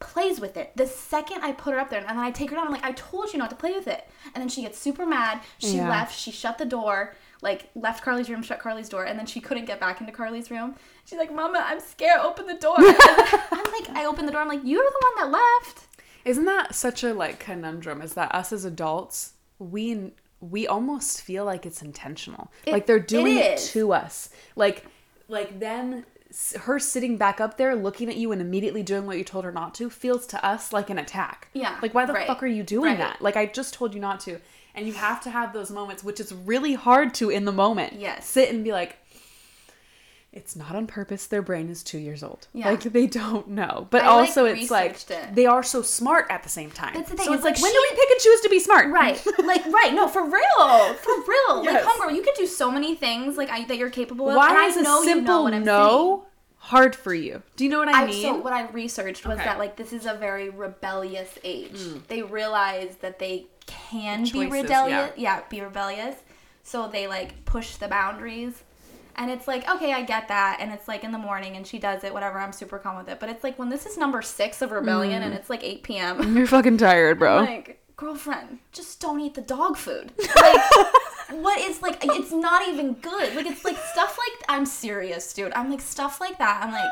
Speaker 1: Plays with it. The second I put her up there and then I take her down, I'm like, I told you not to play with it. And then she gets super mad. She
Speaker 2: Yeah.
Speaker 1: left, she shut the door, like left Carly's room, shut Carly's door, and then she couldn't get back into Carly's room. She's like, Mama, I'm scared, open the door. (laughs) And I'm like, I opened the door, I'm like, You're the one that left.
Speaker 2: Isn't that such a like conundrum? Is that us as adults, we we almost feel like it's intentional.
Speaker 1: It-
Speaker 2: like they're doing
Speaker 1: it
Speaker 2: it,
Speaker 1: is.
Speaker 2: to us. Like like them s- her sitting back up there looking at you and immediately doing what you told her not to feels to us like an attack.
Speaker 1: Yeah,
Speaker 2: Like why the
Speaker 1: right,
Speaker 2: fuck are you doing
Speaker 1: right.
Speaker 2: that? Like I just told you not to. And you have to have those moments which is really hard to in the moment.
Speaker 1: Yes.
Speaker 2: Sit and be like it's not on purpose. Their brain is 2 years old.
Speaker 1: Yeah.
Speaker 2: Like they don't know. But
Speaker 1: I, like,
Speaker 2: also it's like
Speaker 1: researched it.
Speaker 2: they are so smart at the same time.
Speaker 1: That's the thing,
Speaker 2: So
Speaker 1: it's
Speaker 2: it's
Speaker 1: like
Speaker 2: like, when do
Speaker 1: she-
Speaker 2: we pick and choose to be smart?
Speaker 1: Right.
Speaker 2: (laughs)
Speaker 1: Like right. No, for real. For real. Like
Speaker 2: Yes.
Speaker 1: homegirl, you could do so many things like I, that you're capable of. and
Speaker 2: Why
Speaker 1: I
Speaker 2: is a
Speaker 1: know you know
Speaker 2: simple
Speaker 1: what I'm
Speaker 2: no hard for you? Do you know what I,
Speaker 1: saying. I,
Speaker 2: mean?
Speaker 1: so what I researched was
Speaker 2: Okay. Mm.
Speaker 1: that like this is a very rebellious age. They realize that they can
Speaker 2: Choices,
Speaker 1: be rebellious. Yeah. be rebellious. So they like push the boundaries. And it's like, okay, I get that. And it's like in the morning and she does it, whatever, I'm super calm with it. But it's like when this is number six of rebellion
Speaker 2: Mm.
Speaker 1: and it's like eight PM
Speaker 2: (laughs) You're fucking tired, bro.
Speaker 1: like girlfriend just don't eat the dog food
Speaker 2: (laughs)
Speaker 1: like what is like it's not even good like it's like stuff like i'm serious dude i'm like stuff like that i'm like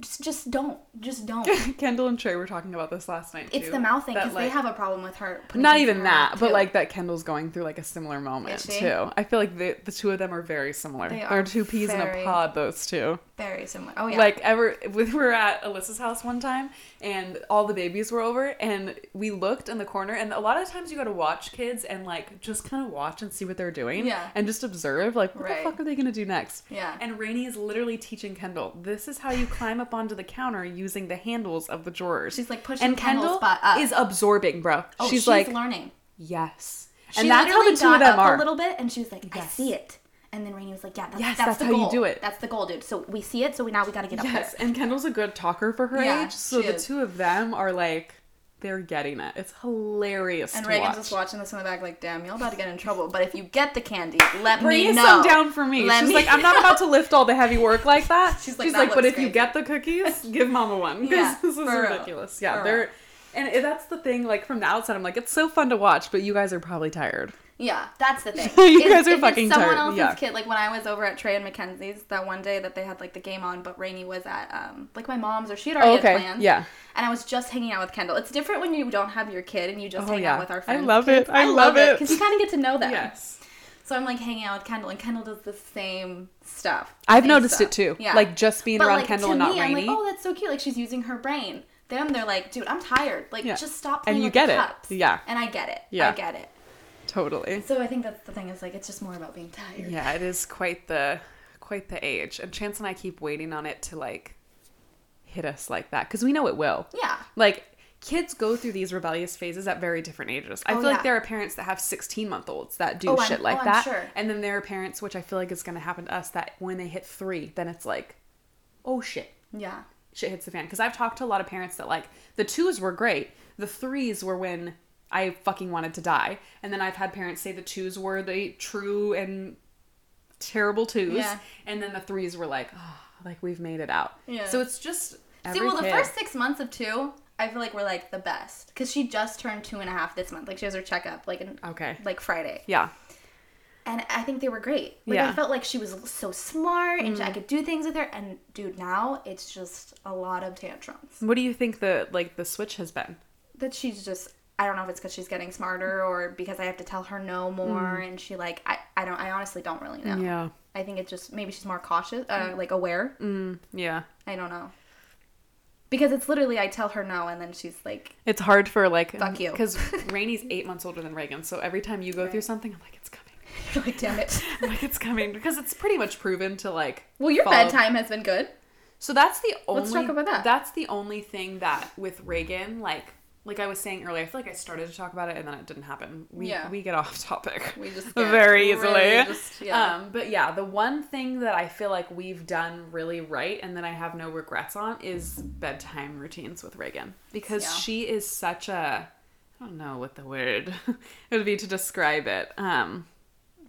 Speaker 1: just just don't just
Speaker 2: (laughs)
Speaker 1: don't
Speaker 2: Kendall and Trey were talking about this last night.
Speaker 1: it's
Speaker 2: too,
Speaker 1: the mouth thing
Speaker 2: that,
Speaker 1: because they
Speaker 2: like-
Speaker 1: have a problem with her putting
Speaker 2: Not
Speaker 1: things in
Speaker 2: even
Speaker 1: her
Speaker 2: that,
Speaker 1: mouth,
Speaker 2: but
Speaker 1: too.
Speaker 2: like that Kendall's going through like a similar moment
Speaker 1: Is she?
Speaker 2: too. I feel like the the two of them are very similar.
Speaker 1: They
Speaker 2: are
Speaker 1: are
Speaker 2: two peas in
Speaker 1: very-
Speaker 2: a pod. Those two.
Speaker 1: very similar oh yeah
Speaker 2: Like ever, (laughs) we were at Alyssa's house one time, and all the babies were over, and we looked in the corner. And a lot of times, you go to watch kids and like just kind of watch and see what they're doing,
Speaker 1: Yeah.
Speaker 2: and just observe, like what
Speaker 1: Right.
Speaker 2: the fuck are they gonna do next?
Speaker 1: Yeah.
Speaker 2: And Rainey is literally teaching Kendall, this is how you climb a up onto the counter using the handles of the drawers.
Speaker 1: She's, like, pushing Kendall's butt up.
Speaker 2: is absorbing, bro.
Speaker 1: Oh,
Speaker 2: she's, like,
Speaker 1: learning.
Speaker 2: yes.
Speaker 1: She
Speaker 2: and that's how
Speaker 1: literally
Speaker 2: the two of
Speaker 1: got
Speaker 2: them
Speaker 1: up
Speaker 2: are.
Speaker 1: a little bit, and she was like, "I
Speaker 2: Yes.
Speaker 1: see it." And then Rainey was like, "Yeah, that's,
Speaker 2: Yes,
Speaker 1: that's,
Speaker 2: that's
Speaker 1: the
Speaker 2: how you
Speaker 1: goal.
Speaker 2: do it.
Speaker 1: That's the goal, dude. So we see it, so we now we got to get up
Speaker 2: Yes,
Speaker 1: there." (laughs)
Speaker 2: and Kendall's a good talker for her
Speaker 1: Yeah,
Speaker 2: age, so
Speaker 1: she
Speaker 2: the
Speaker 1: is.
Speaker 2: two of them are like they're getting it. It's hilarious.
Speaker 1: And
Speaker 2: to
Speaker 1: Reagan's
Speaker 2: watch.
Speaker 1: just watching this in the back, like, "Damn, y'all about to get in trouble." But if you get the candy, let me
Speaker 2: Bring
Speaker 1: know.
Speaker 2: some down for me.
Speaker 1: Let
Speaker 2: She's
Speaker 1: me
Speaker 2: like, I'm not about to lift all the heavy work like that.
Speaker 1: She's
Speaker 2: She's
Speaker 1: like,
Speaker 2: like,
Speaker 1: "That
Speaker 2: but
Speaker 1: looks
Speaker 2: if you
Speaker 1: crazy."
Speaker 2: get the cookies, give mama one because
Speaker 1: (laughs) Yeah,
Speaker 2: this is
Speaker 1: for real.
Speaker 2: ridiculous. Yeah,
Speaker 1: For real.
Speaker 2: they're and it- that's the thing. Like from the outside, I'm like, it's so fun to watch, but you guys are probably tired.
Speaker 1: (laughs) Yeah, that's
Speaker 2: (laughs)
Speaker 1: the thing.
Speaker 2: You
Speaker 1: If-
Speaker 2: guys are
Speaker 1: if it's
Speaker 2: fucking
Speaker 1: someone
Speaker 2: tired,
Speaker 1: else's
Speaker 2: yeah.
Speaker 1: kid. Like when I was over at Trey and Mackenzie's that one day that they had like the game on, but Rainey was at um like my mom's or she had already
Speaker 2: okay,
Speaker 1: had plans.
Speaker 2: yeah.
Speaker 1: And I was just hanging out with Kendall. It's different when you don't have your kid and you just
Speaker 2: Oh,
Speaker 1: hang out
Speaker 2: yeah.
Speaker 1: with our
Speaker 2: I
Speaker 1: friends.
Speaker 2: love
Speaker 1: kids.
Speaker 2: it. I love it.
Speaker 1: because you kind of get to know them.
Speaker 2: (laughs) Yes,
Speaker 1: So I'm like hanging out with Kendall, and Kendall does the same stuff.
Speaker 2: I've
Speaker 1: Same
Speaker 2: noticed
Speaker 1: stuff.
Speaker 2: it too. Like just being
Speaker 1: But,
Speaker 2: around
Speaker 1: like,
Speaker 2: Kendall
Speaker 1: to
Speaker 2: and not
Speaker 1: me,
Speaker 2: Rainy.
Speaker 1: I'm like, oh, that's so cute. Like she's using her brain. Them, they're like, dude, I'm tired. Like
Speaker 2: Yeah.
Speaker 1: just stop
Speaker 2: And
Speaker 1: playing
Speaker 2: you
Speaker 1: with
Speaker 2: get
Speaker 1: the
Speaker 2: it.
Speaker 1: cups.
Speaker 2: Yeah.
Speaker 1: And I get it. I
Speaker 2: Yeah.
Speaker 1: get it.
Speaker 2: totally.
Speaker 1: So I think that's the thing is like it's just more about being tired.
Speaker 2: Yeah, it is quite the quite the age. And Chance and I keep waiting on it to like hit us like that cuz we know it will.
Speaker 1: Yeah.
Speaker 2: Like kids go through these rebellious phases at very different ages. I
Speaker 1: Oh,
Speaker 2: feel
Speaker 1: yeah.
Speaker 2: like there are parents that have 16-month-olds that do
Speaker 1: Oh, I'm-
Speaker 2: shit like
Speaker 1: oh, I'm
Speaker 2: that.
Speaker 1: sure.
Speaker 2: And then there are parents which I feel like is going to happen to us that when they hit 3, then it's like oh shit.
Speaker 1: Yeah.
Speaker 2: Shit hits the fan cuz I've talked to a lot of parents that like the 2s were great. The 3s were when I fucking wanted to die. And then I've had parents say the 2s were the true and terrible twos,
Speaker 1: Yeah.
Speaker 2: and then the threes were like, oh, like we've made it out.
Speaker 1: Yeah.
Speaker 2: So it's just every
Speaker 1: See, well, the
Speaker 2: kid.
Speaker 1: first six months of two, I feel like we're like the best because she just turned two and a half this month. Like she has her checkup like in,
Speaker 2: Okay.
Speaker 1: like Friday,
Speaker 2: Yeah.
Speaker 1: and I think they were great. Like I
Speaker 2: Yeah. Mm.
Speaker 1: felt like she was so smart and I could do things with her. And dude, now it's just a lot of tantrums
Speaker 2: What do you think the like the switch has been?
Speaker 1: that she's just. I don't know if it's because she's getting smarter or because I have to tell her no more, and she like I, I don't I honestly don't really know.
Speaker 2: Mm. Yeah.
Speaker 1: I think it just maybe she's more cautious, uh, like aware.
Speaker 2: Mm, yeah.
Speaker 1: I don't know. Because it's literally I tell her no and then she's like (laughs)
Speaker 2: It's hard for like
Speaker 1: Fuck you. (laughs)
Speaker 2: because Rainey's eight months older than Reagan, so every time you go through something, I'm like, it's coming. (laughs)
Speaker 1: you're like damn it.
Speaker 2: I'm like it's coming because it's pretty much proven to like.
Speaker 1: Well, your
Speaker 2: follow-
Speaker 1: bedtime has been good.
Speaker 2: So that's the only.
Speaker 1: Let's talk about that.
Speaker 2: That's the only thing that with Reagan, like, like I was saying earlier, I feel like I started to talk about it and then it didn't happen. We
Speaker 1: Yeah.
Speaker 2: we get off (laughs) topic.
Speaker 1: We just get
Speaker 2: very easily.
Speaker 1: really just- yeah.
Speaker 2: Um, but yeah, the one thing that I feel like we've done really right and that I have no regrets on is bedtime routines with Reagan because
Speaker 1: Yeah.
Speaker 2: she is such a. I don't know what the word (laughs) would be to describe it. Um,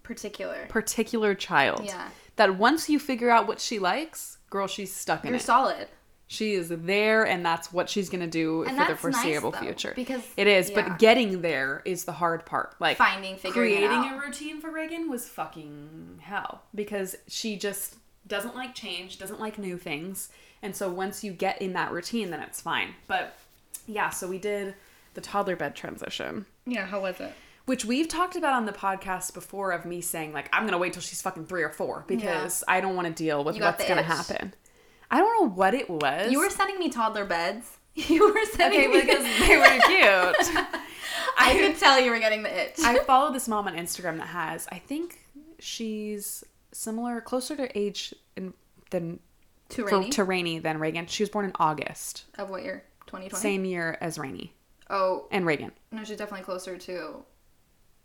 Speaker 1: Particular.
Speaker 2: particular child.
Speaker 1: Yeah.
Speaker 2: That once you figure out what she likes, girl, she's stuck in
Speaker 1: You're
Speaker 2: it.
Speaker 1: solid.
Speaker 2: She is there, and that's what she's gonna do
Speaker 1: And
Speaker 2: for the
Speaker 1: that's nice,
Speaker 2: foreseeable
Speaker 1: though,
Speaker 2: future.
Speaker 1: because-
Speaker 2: it is,
Speaker 1: yeah.
Speaker 2: but getting there is the hard part. Like
Speaker 1: Finding, figuring it
Speaker 2: creating
Speaker 1: out.
Speaker 2: a routine for Reagan was fucking hell because she just doesn't like change, doesn't like new things, and so once you get in that routine, then it's fine. But yeah, so we did the toddler bed transition
Speaker 1: Yeah, how was it?
Speaker 2: which we've talked about on the podcast before of me saying like i'm gonna wait till she's fucking three or four because i don't want to deal with
Speaker 1: You got
Speaker 2: what's
Speaker 1: the
Speaker 2: gonna
Speaker 1: itch.
Speaker 2: happen i don't know what it was
Speaker 1: You were sending me toddler beds. (laughs) You were sending
Speaker 2: okay
Speaker 1: me (laughs)
Speaker 2: because (laughs) they were cute
Speaker 1: I could tell you were getting the itch.
Speaker 2: (laughs) i follow this mom on instagram that has i think she's similar closer to age in, than
Speaker 1: Too
Speaker 2: for-
Speaker 1: rainy
Speaker 2: to rainy than reagan she was born in august
Speaker 1: of what year? 2020.
Speaker 2: same year as rainy
Speaker 1: Oh,
Speaker 2: and reagan
Speaker 1: no, she's definitely closer to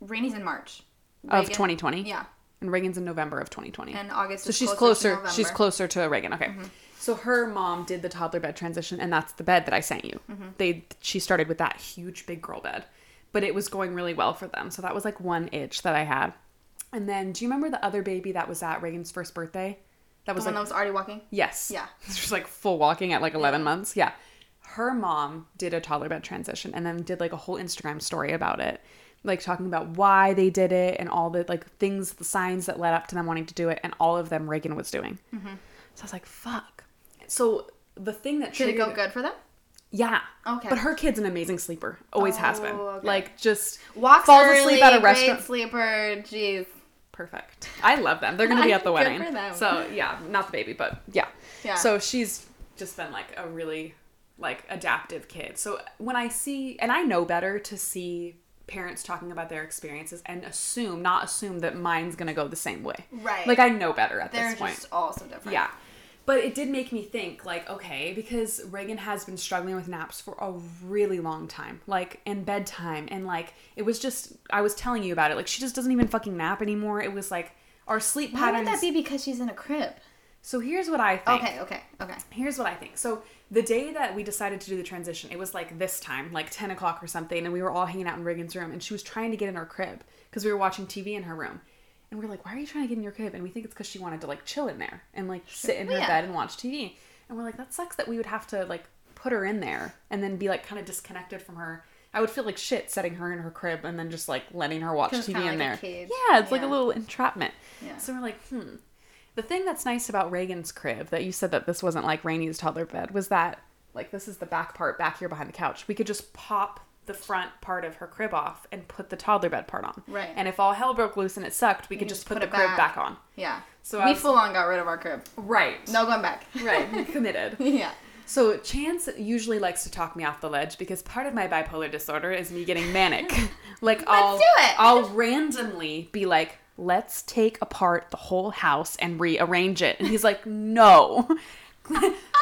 Speaker 1: Rainy's in March.
Speaker 2: of
Speaker 1: Reagan-
Speaker 2: 2020
Speaker 1: Yeah.
Speaker 2: and reagan's in november of 2020
Speaker 1: And August
Speaker 2: So
Speaker 1: is
Speaker 2: she's
Speaker 1: closer, to
Speaker 2: closer. she's
Speaker 1: November. Mm-hmm.
Speaker 2: closer to Reagan. Okay. So her mom did the toddler bed transition, and that's the bed that I sent you.
Speaker 1: Mm-hmm.
Speaker 2: They she started with that huge big girl bed, but it was going really well for them. So that was like one itch that I had. And then, do you remember the other baby that was at Reagan's first birthday? That
Speaker 1: The
Speaker 2: was
Speaker 1: one
Speaker 2: like
Speaker 1: that was already walking?
Speaker 2: yes, (laughs)
Speaker 1: Yeah.
Speaker 2: she's like full walking at like eleven months. Yeah, her mom did a toddler bed transition, and then did like a whole Instagram story about it. Like talking about why they did it and all the like things, the signs that led up to them wanting to do it, and all of them Reagan was doing. So I was like, fuck. So the thing
Speaker 1: Did it
Speaker 2: that triggered
Speaker 1: go good for them?
Speaker 2: Yeah.
Speaker 1: Okay.
Speaker 2: But her kid's an amazing sleeper. Always has been.
Speaker 1: Oh, okay.
Speaker 2: Like just
Speaker 1: Walks
Speaker 2: falls
Speaker 1: early,
Speaker 2: asleep at a
Speaker 1: great
Speaker 2: restaurant.
Speaker 1: sleeper. Jeez.
Speaker 2: Perfect. I love them. They're
Speaker 1: (laughs)
Speaker 2: gonna be at the
Speaker 1: Good
Speaker 2: wedding.
Speaker 1: for them.
Speaker 2: So yeah, not the baby, but yeah.
Speaker 1: Yeah.
Speaker 2: So she's just been like a really like adaptive kid. So when I see and I know better to see parents talking about their experiences and assume, not assume that mine's gonna go the same way.
Speaker 1: Right.
Speaker 2: Like I know better at
Speaker 1: They're
Speaker 2: this point.
Speaker 1: just all so different.
Speaker 2: Yeah. But it did make me think, like, okay, because Reagan has been struggling with naps for a really long time, like, and bedtime. And, like, it was just, I was telling you about it. Like, she just doesn't even fucking nap anymore. It was like our sleep
Speaker 1: Why would
Speaker 2: patterns.
Speaker 1: that be because she's in a crib?
Speaker 2: so, here's what I think
Speaker 1: Okay, okay, okay.
Speaker 2: here's what I think. So the day that we decided to do the transition, it was like this time, like 10 o'clock or something, and we were all hanging out in Reagan's room, and she was trying to get in our crib because we were watching TV in her room. And we are like, why are you trying to get in your crib? And we think it's because she wanted to like chill in there and like sit in her
Speaker 1: Well, Oh, yeah.
Speaker 2: bed and watch TV. And we're like, that sucks that we would have to like put her in there and then be like kind of disconnected from her. I would feel like shit setting her in her crib and then just like letting her watch
Speaker 1: Because
Speaker 2: TV
Speaker 1: it's
Speaker 2: in
Speaker 1: kinda
Speaker 2: there.
Speaker 1: like a cage.
Speaker 2: Yeah, it's like a
Speaker 1: Yeah.
Speaker 2: little entrapment.
Speaker 1: Yeah.
Speaker 2: So we're like, hmm. The thing that's nice about Reagan's crib that you said that this wasn't like Rainey's toddler bed was that like this is the back part back here behind the couch. We could just pop the front part of her crib off and put the toddler bed part on.
Speaker 1: Right.
Speaker 2: And if all hell broke loose and it sucked, we could just put,
Speaker 1: put
Speaker 2: the
Speaker 1: it
Speaker 2: crib back.
Speaker 1: back.
Speaker 2: on.
Speaker 1: Yeah.
Speaker 2: So
Speaker 1: So
Speaker 2: I
Speaker 1: we
Speaker 2: was-
Speaker 1: full on got rid of our crib.
Speaker 2: Right.
Speaker 1: No going back.
Speaker 2: (laughs) Right. We committed.
Speaker 1: (laughs) yeah.
Speaker 2: So Chance usually likes to talk me off the ledge because part of my bipolar disorder is me
Speaker 1: (laughs)
Speaker 2: getting manic. like I'll
Speaker 1: do it.
Speaker 2: I'll randomly be like, "Let's take apart the whole house and rearrange it." And he's like, "No." (laughs)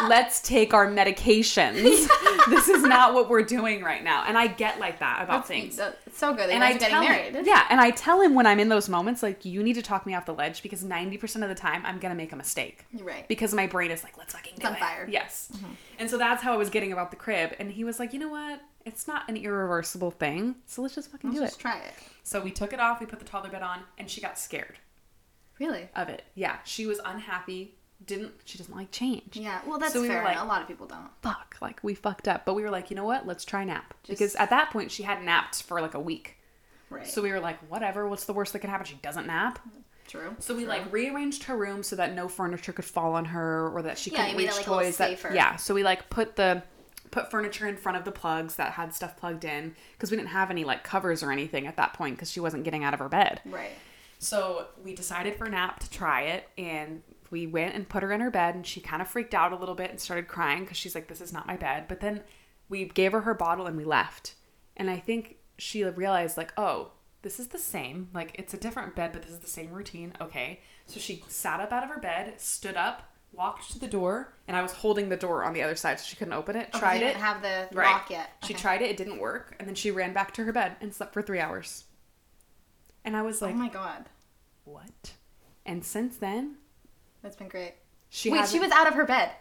Speaker 2: Let's take our
Speaker 1: (laughs)
Speaker 2: medications. (laughs) this is not what we're doing right now. And I get like that about things.
Speaker 1: So, so good.
Speaker 2: And I
Speaker 1: getting
Speaker 2: tell
Speaker 1: married.
Speaker 2: him, yeah, and I tell him when I'm in those moments, like you need to talk me off the ledge because 90% of the time I'm gonna make a mistake
Speaker 1: You're right.
Speaker 2: because my brain is like, let's fucking do
Speaker 1: on
Speaker 2: it.
Speaker 1: fire.
Speaker 2: Yes. And so that's how I was getting about the crib. And he was like, you know what? It's not an irreversible thing. So let's just fucking
Speaker 1: Let's
Speaker 2: do
Speaker 1: just
Speaker 2: it.
Speaker 1: try it.
Speaker 2: So we took it off. We put the toddler bed on, and she got scared
Speaker 1: Really?
Speaker 2: of it. Yeah, she was unhappy. Didn't she doesn't like change?
Speaker 1: Yeah. Well, that's
Speaker 2: So we were
Speaker 1: fair.
Speaker 2: like-
Speaker 1: a lot of people don't.
Speaker 2: Fuck, like we fucked up. But we were like, you know what? Let's try nap because
Speaker 1: Just-
Speaker 2: at that point she hadn't napped for like a week.
Speaker 1: Right.
Speaker 2: So we were like, whatever. What's the worst that can happen? She doesn't nap.
Speaker 1: true.
Speaker 2: So we like rearranged her room so that no furniture could fall on her or that she
Speaker 1: Yeah,
Speaker 2: couldn't
Speaker 1: you made
Speaker 2: reach
Speaker 1: it, like, a little
Speaker 2: toys. That,
Speaker 1: safer.
Speaker 2: yeah, so we like put the put furniture in front of the plugs that had stuff plugged in because we didn't have any like covers or anything at that point because she wasn't getting out of her bed.
Speaker 1: Right.
Speaker 2: So we decided for nap to try it and we went and put her in her bed and she kind of freaked out a little bit and started crying because she's like, This is not my bed. But then we gave her her bottle and we left. And I think she realized, like, oh, this is the same. Like, it's a different bed, but this is the same routine. Okay. So she sat up out of her bed, stood up, walked to the door, and I was holding the door on the other side so she couldn't open it.
Speaker 1: Oh, 'cause
Speaker 2: tried
Speaker 1: you
Speaker 2: it.
Speaker 1: Didn't have the
Speaker 2: Right.
Speaker 1: lock yet.
Speaker 2: She
Speaker 1: Okay.
Speaker 2: tried it, it didn't work. And then she ran back to her bed and slept for three hours. And I was
Speaker 1: Oh
Speaker 2: like,
Speaker 1: my god.
Speaker 2: what? And since then,
Speaker 1: That's been great.
Speaker 2: she
Speaker 1: Wait, she
Speaker 2: hasn't-
Speaker 1: was out of her bed.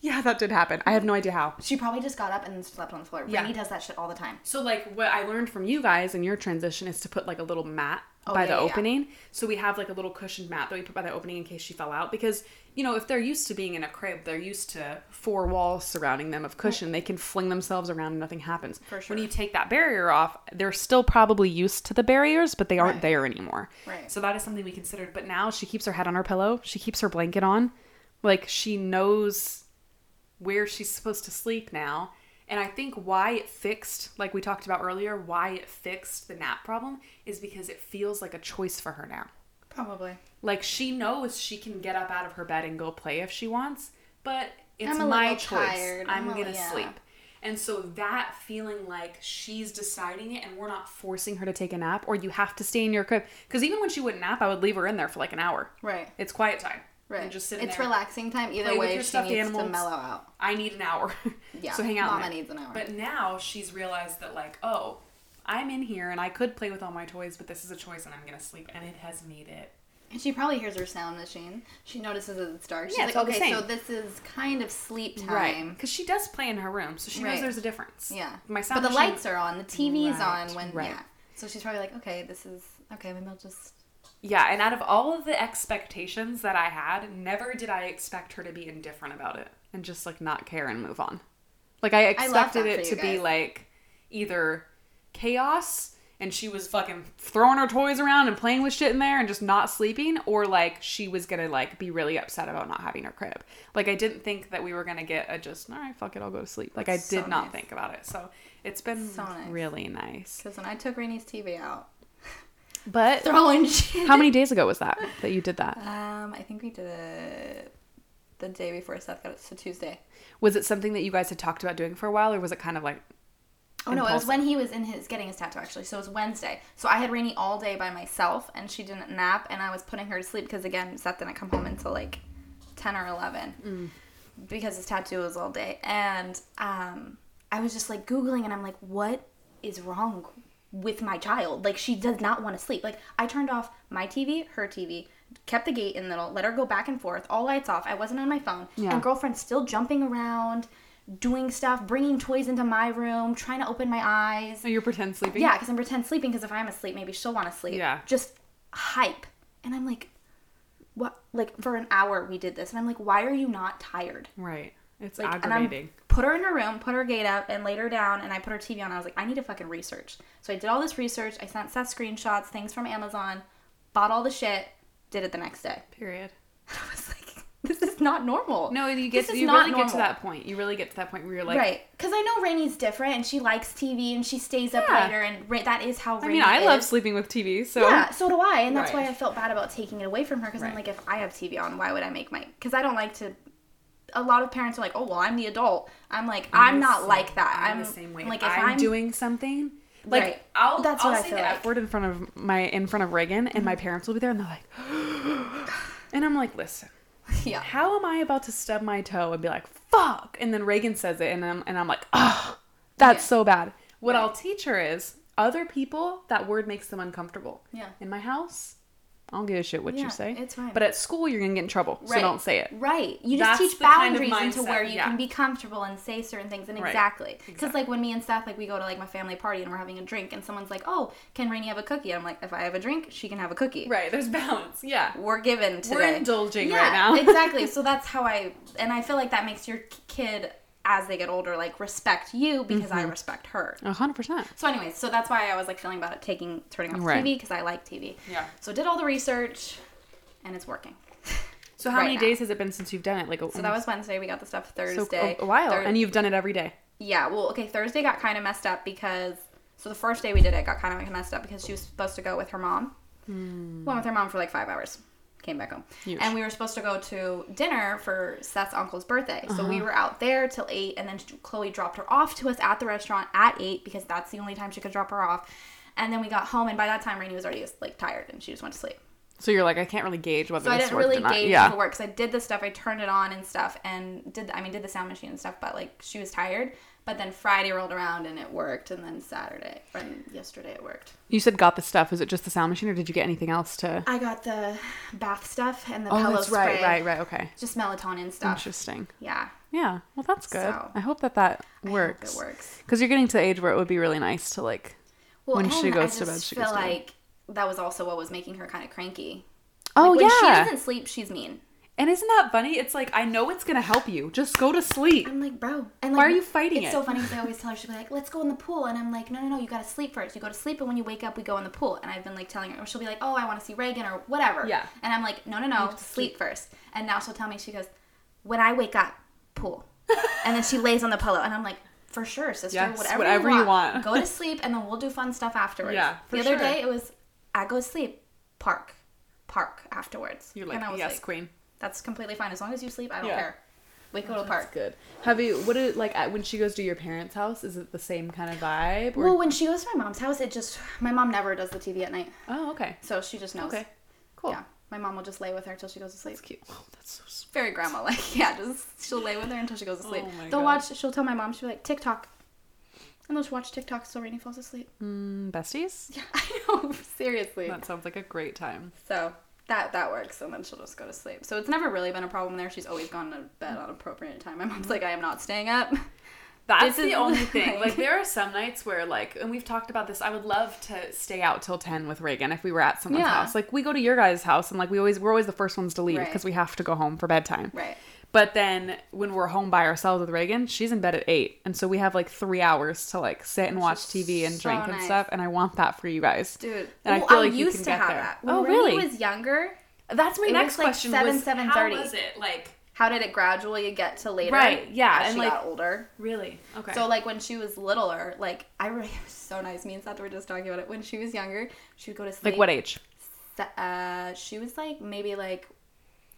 Speaker 2: yeah, that did happen. I have no idea how.
Speaker 1: She probably just got up and then slept on the floor.
Speaker 2: Yeah.
Speaker 1: Brittany does that shit all the time.
Speaker 2: So like what I learned from you guys in your transition is to put like a little mat
Speaker 1: Oh,
Speaker 2: by
Speaker 1: yeah,
Speaker 2: the
Speaker 1: yeah, yeah.
Speaker 2: opening. So we have like a little cushioned mat that we put by the opening in case she fell out because you know, if they're used to being in a crib, they're used to four walls surrounding them of cushion. They can fling themselves around and nothing happens.
Speaker 1: For
Speaker 2: When
Speaker 1: sure.
Speaker 2: you take that barrier off, they're still probably used to the barriers, but they aren't
Speaker 1: Right.
Speaker 2: there anymore.
Speaker 1: Right.
Speaker 2: So that is something we considered. But now she keeps her head on her pillow. She keeps her blanket on. Like she knows where she's supposed to sleep now. And I think why it fixed, like we talked about earlier, why it fixed the nap problem is because it feels like a choice for her now.
Speaker 1: Probably.
Speaker 2: Like she knows she can get up out of her bed and go play if she wants, but it's
Speaker 1: I'm a
Speaker 2: my
Speaker 1: little
Speaker 2: choice.
Speaker 1: tired.
Speaker 2: I'm,
Speaker 1: I'm a-
Speaker 2: gonna
Speaker 1: yeah.
Speaker 2: sleep. And so that feeling like she's deciding it and we're not forcing her to take a nap or you have to stay in your crib. Because even when she wouldn't nap, I would leave her in there for like an hour.
Speaker 1: Right.
Speaker 2: It's quiet time.
Speaker 1: Right.
Speaker 2: And just sit in
Speaker 1: it's
Speaker 2: there.
Speaker 1: relaxing time. Either
Speaker 2: Play with
Speaker 1: way,
Speaker 2: your
Speaker 1: she
Speaker 2: stuffed
Speaker 1: needs to
Speaker 2: animals.
Speaker 1: mellow out.
Speaker 2: I need an hour. (laughs)
Speaker 1: Yeah,
Speaker 2: so hang out. in
Speaker 1: mama
Speaker 2: there.
Speaker 1: needs an hour.
Speaker 2: But now she's realized that like, oh, I'm in here and I could play with all my toys, but this is a choice and I'm gonna sleep. And it has made it.
Speaker 1: And she probably hears her sound machine. She notices that it's dark. She's
Speaker 2: Yeah, it's
Speaker 1: like,
Speaker 2: all the
Speaker 1: okay, so
Speaker 2: same."
Speaker 1: this is kind of sleep time.
Speaker 2: Because she does play in her room, so she knows
Speaker 1: Right.
Speaker 2: there's a difference.
Speaker 1: Yeah.
Speaker 2: My sound
Speaker 1: But the
Speaker 2: machine-
Speaker 1: lights are on, the TV's
Speaker 2: Right,
Speaker 1: on when
Speaker 2: right.
Speaker 1: yeah. So she's probably like, okay, this is okay, maybe I'll just
Speaker 2: Yeah, and out of all of the expectations that I had, never did I expect her to be indifferent about it and just like not care and move on. Like I
Speaker 1: love
Speaker 2: expected
Speaker 1: that
Speaker 2: it
Speaker 1: for
Speaker 2: to
Speaker 1: you
Speaker 2: be
Speaker 1: guys.
Speaker 2: like either chaos and she was fucking throwing her toys around and playing with shit in there and just not sleeping or like she was going to like be really upset about not having her crib. Like I didn't think that we were going to get a just all right, fuck it, I'll go to sleep. Like I
Speaker 1: That's so
Speaker 2: did not
Speaker 1: nice.
Speaker 2: think about it. So it's been
Speaker 1: So nice.
Speaker 2: really nice.
Speaker 1: because when I took Rainey's TV out, (laughs)
Speaker 2: But
Speaker 1: throwing shit.
Speaker 2: how many days ago was that that you did that?
Speaker 1: Um, I think we did it the day before Seth got it, so Tuesday.
Speaker 2: Was it something that you guys had talked about doing for a while, or was it kind of like?
Speaker 1: Oh no, it was
Speaker 2: Impulsive.
Speaker 1: when he was in his getting his tattoo actually. So it was Wednesday. So I had Rainey all day by myself and she didn't nap and I was putting her to sleep because again, Seth didn't come home until like 10 or 11 because his tattoo was all day. And um, I was just like Googling and I'm like, what is wrong with my child? Like, she does not want to sleep. Like, I turned off my TV, her TV, kept the gate in the middle, let her go back and forth, all lights off. I wasn't on my phone.
Speaker 2: Yeah.
Speaker 1: And girlfriend's still jumping around, doing stuff, bringing toys into my room, trying to open my eyes.
Speaker 2: So oh, you're pretend sleeping?
Speaker 1: Yeah, because I'm pretend sleeping. Because if I'm asleep, maybe she'll want to sleep.
Speaker 2: Yeah.
Speaker 1: Just hype, and I'm like, what? Like for an hour we did this, and I'm like, why are you not tired?
Speaker 2: Right. It's
Speaker 1: Like, and I'm-
Speaker 2: aggravating.
Speaker 1: put her in her room, put her gate up, and laid her down. And I put her TV on. I was like, I need to fucking research. So I did all this research. I sent Seth screenshots, things from Amazon, bought all the shit, did it the next day. (laughs)
Speaker 2: Period.
Speaker 1: I was like, this is not normal.
Speaker 2: No, you get
Speaker 1: This is
Speaker 2: you
Speaker 1: not
Speaker 2: really get to
Speaker 1: normal.
Speaker 2: that point. You really get to that point where you're like,
Speaker 1: right, because I know Rainey's different, and she likes TV, and she stays up
Speaker 2: Yeah.
Speaker 1: later, and Ra- that is how.
Speaker 2: I mean,
Speaker 1: Rainey
Speaker 2: I love
Speaker 1: is.
Speaker 2: sleeping with TV, so
Speaker 1: Yeah, so do I, and that's
Speaker 2: Right.
Speaker 1: why I felt bad about taking it away from her because I'm
Speaker 2: Right.
Speaker 1: like, if I have TV on, why would I make my? Because I don't like to. A lot of parents are like, "Oh well, I'm the adult." I'm like, I'm,
Speaker 2: the
Speaker 1: not
Speaker 2: same-
Speaker 1: like that. I'm,
Speaker 2: I'm, the same way.
Speaker 1: I'm like, if
Speaker 2: I'm,
Speaker 1: I'm,
Speaker 2: doing something, like
Speaker 1: Right.
Speaker 2: I'll
Speaker 1: That's
Speaker 2: I'll
Speaker 1: what I
Speaker 2: say
Speaker 1: feel
Speaker 2: the
Speaker 1: like. Mm-hmm.
Speaker 2: F word in front of my in front of Reagan, and my parents will be there, and they're like, (gasps) and I'm like, listen,
Speaker 1: (laughs) yeah,
Speaker 2: how am I about to stub my toe and be like, fuck? And then Reagan says it, and I'm and I'm like, oh, that's
Speaker 1: Yeah.
Speaker 2: so bad. What I'll teach her is other people that word makes them uncomfortable.
Speaker 1: Yeah.
Speaker 2: In my house, I don't give a shit what
Speaker 1: Yeah,
Speaker 2: you say.
Speaker 1: it's fine.
Speaker 2: But at school, you're gonna get in trouble, so
Speaker 1: Right.
Speaker 2: don't say it.
Speaker 1: right. You
Speaker 2: That's
Speaker 1: just teach
Speaker 2: the kind of
Speaker 1: boundaries into
Speaker 2: mindset,
Speaker 1: where you
Speaker 2: yeah.
Speaker 1: can be comfortable and say certain things, and
Speaker 2: Right.
Speaker 1: exactly because like when me and Seth like we go to like my family party and we're having a drink, and someone's like, "Oh, can Rainey have a cookie?" And I'm like, "If I have a drink, she can have a cookie."
Speaker 2: Right. There's balance. Yeah.
Speaker 1: we're given today.
Speaker 2: indulging right now. (laughs)
Speaker 1: exactly. So that's how I, and I feel like that makes your k- kid as they get older like respect you because
Speaker 2: Mm-hmm.
Speaker 1: I respect her.
Speaker 2: A hundred percent.
Speaker 1: So, anyways, so that's why I was like feeling about it taking turning off
Speaker 2: Right.
Speaker 1: TV because I like TV.
Speaker 2: Yeah.
Speaker 1: So did all the research, and it's working.
Speaker 2: So how
Speaker 1: Right
Speaker 2: many
Speaker 1: now.
Speaker 2: days has it been since you've done it? Like a,
Speaker 1: So that was Wednesday. We got the stuff
Speaker 2: so
Speaker 1: Thursday.
Speaker 2: a, a while,
Speaker 1: Thur-
Speaker 2: and you've done it every day.
Speaker 1: yeah. Well, okay. Thursday got kind of messed up because so the first day we did it got kind of messed up because she was supposed to go with her mom. Went with her mom for like five hours. Came back home.
Speaker 2: Huge.
Speaker 1: And we were supposed to go to dinner for Seth's uncle's birthday. So we were out there till eight, and then Chloe dropped her off to us at the restaurant at eight because that's the only time she could drop her off. And then we got home, and by that time, Rainey was already like tired, and she just went to sleep.
Speaker 2: So you're like, I can't really gauge whether
Speaker 1: So I
Speaker 2: this
Speaker 1: didn't
Speaker 2: worked
Speaker 1: really
Speaker 2: or not.
Speaker 1: gauge
Speaker 2: yeah.
Speaker 1: the work because I did the stuff, I turned it on and stuff, and did I mean did the sound machine and stuff, but like she was tired. But then Friday rolled around and it worked, and then Saturday and yesterday it worked.
Speaker 2: You said got the stuff. Was it just the sound machine, or did you get anything else to?
Speaker 1: I got the bath stuff and the
Speaker 2: Oh,
Speaker 1: pillow
Speaker 2: that's
Speaker 1: spray,
Speaker 2: right, right, right. Okay.
Speaker 1: just melatonin stuff.
Speaker 2: Interesting.
Speaker 1: Yeah,
Speaker 2: Yeah. Well, that's good.
Speaker 1: So-
Speaker 2: I hope that that
Speaker 1: I hope
Speaker 2: works.
Speaker 1: it works.
Speaker 2: Because you're getting to the age where it would be really nice to like.
Speaker 1: Well,
Speaker 2: When
Speaker 1: and
Speaker 2: she goes
Speaker 1: I
Speaker 2: to
Speaker 1: just
Speaker 2: bed, she
Speaker 1: feel
Speaker 2: goes to bed.
Speaker 1: like that was also what was making her kind of cranky.
Speaker 2: Oh
Speaker 1: Like, when she
Speaker 2: yeah.
Speaker 1: doesn't sleep, she's mean.
Speaker 2: and isn't that funny? It's like I know it's gonna help you. Just go to sleep.
Speaker 1: I'm like, bro. And like,
Speaker 2: Why are you fighting
Speaker 1: It's
Speaker 2: it?
Speaker 1: so funny because I always tell her she'll be like, "Let's go in the pool," and I'm like, "No, no, no. You gotta sleep first. You go to sleep, and when you wake up, we go in the pool." And I've been like telling her, or she'll be like, "Oh, I want to see Reagan or whatever."
Speaker 2: Yeah.
Speaker 1: And I'm like, "No, no, no. Sleep, first. And now she'll tell me she goes, "When I wake up, pool," and then she lays on the pillow, and I'm like. For sure, sister.
Speaker 2: Yes,
Speaker 1: whatever,
Speaker 2: whatever
Speaker 1: you
Speaker 2: you
Speaker 1: want.
Speaker 2: want."
Speaker 1: go to sleep, and then we'll do fun stuff afterwards.
Speaker 2: Yeah, for
Speaker 1: The other
Speaker 2: sure.
Speaker 1: day, it was I go to sleep, park, park afterwards.
Speaker 2: You're like,
Speaker 1: and I was
Speaker 2: yes,
Speaker 1: like,
Speaker 2: queen.
Speaker 1: that's completely fine as long as you sleep. I don't
Speaker 2: Yeah.
Speaker 1: care. We go to the park.
Speaker 2: Good. Have you? What is like at, when she goes to your parents' house? Is it the same kind of vibe? Or,
Speaker 1: Well, when she goes to my mom's house, it just my mom never does the TV at night,
Speaker 2: oh, okay.
Speaker 1: so she just knows.
Speaker 2: Okay. Cool.
Speaker 1: Yeah, my mom will just lay with her till she goes to sleep.
Speaker 2: That's cute. Oh, that's so sweet.
Speaker 1: Very grandma like. (laughs) Yeah, just she'll lay with her until she goes to sleep.
Speaker 2: Oh my
Speaker 1: They'll
Speaker 2: gosh.
Speaker 1: watch. She'll tell my mom. She'll be like TikTok, and they'll just watch TikTok till Rainy falls asleep.
Speaker 2: Mm, besties.
Speaker 1: Yeah, (laughs) I know. Seriously.
Speaker 2: That sounds like a great time.
Speaker 1: so that that works, and then she'll just go to sleep. So it's never really been a problem there. She's always gone to bed
Speaker 2: Mm.
Speaker 1: on appropriate time. My mom's like, I am not staying up. (laughs) This
Speaker 2: That's the
Speaker 1: is
Speaker 2: only (laughs)
Speaker 1: like-
Speaker 2: thing. Like there are some nights where like, and we've talked about this. I would love to stay out till ten with Reagan if we were at someone's
Speaker 1: Yeah.
Speaker 2: house. Like we go to your guys' house, and like we always we're always the first ones to leave
Speaker 1: Right.
Speaker 2: because we have to go home for bedtime.
Speaker 1: Right.
Speaker 2: But then when we're home by ourselves with Reagan, she's in bed at eight, and so we have like three hours to like sit and watch TV and
Speaker 1: so
Speaker 2: drink and
Speaker 1: nice.
Speaker 2: stuff. And I want that for you guys,
Speaker 1: Dude, well,
Speaker 2: And I feel
Speaker 1: I'm
Speaker 2: like you
Speaker 1: used
Speaker 2: can
Speaker 1: to
Speaker 2: get
Speaker 1: have
Speaker 2: there.
Speaker 1: that.
Speaker 2: oh,
Speaker 1: When
Speaker 2: really?
Speaker 1: Rainey was younger,
Speaker 2: That's my
Speaker 1: It
Speaker 2: next
Speaker 1: was, like,
Speaker 2: question.
Speaker 1: 7,
Speaker 2: was,
Speaker 1: 7:30.
Speaker 2: How was it like?
Speaker 1: how did it gradually get to later?
Speaker 2: Right, yeah,
Speaker 1: as
Speaker 2: and,
Speaker 1: she
Speaker 2: like-
Speaker 1: got older.
Speaker 2: Really? Okay.
Speaker 1: So like when she was littler, like I really (laughs) it was so nice. Me and Seth were just talking about it. When she was younger, she would go to sleep.
Speaker 2: like what age?
Speaker 1: what? Uh, she was like maybe like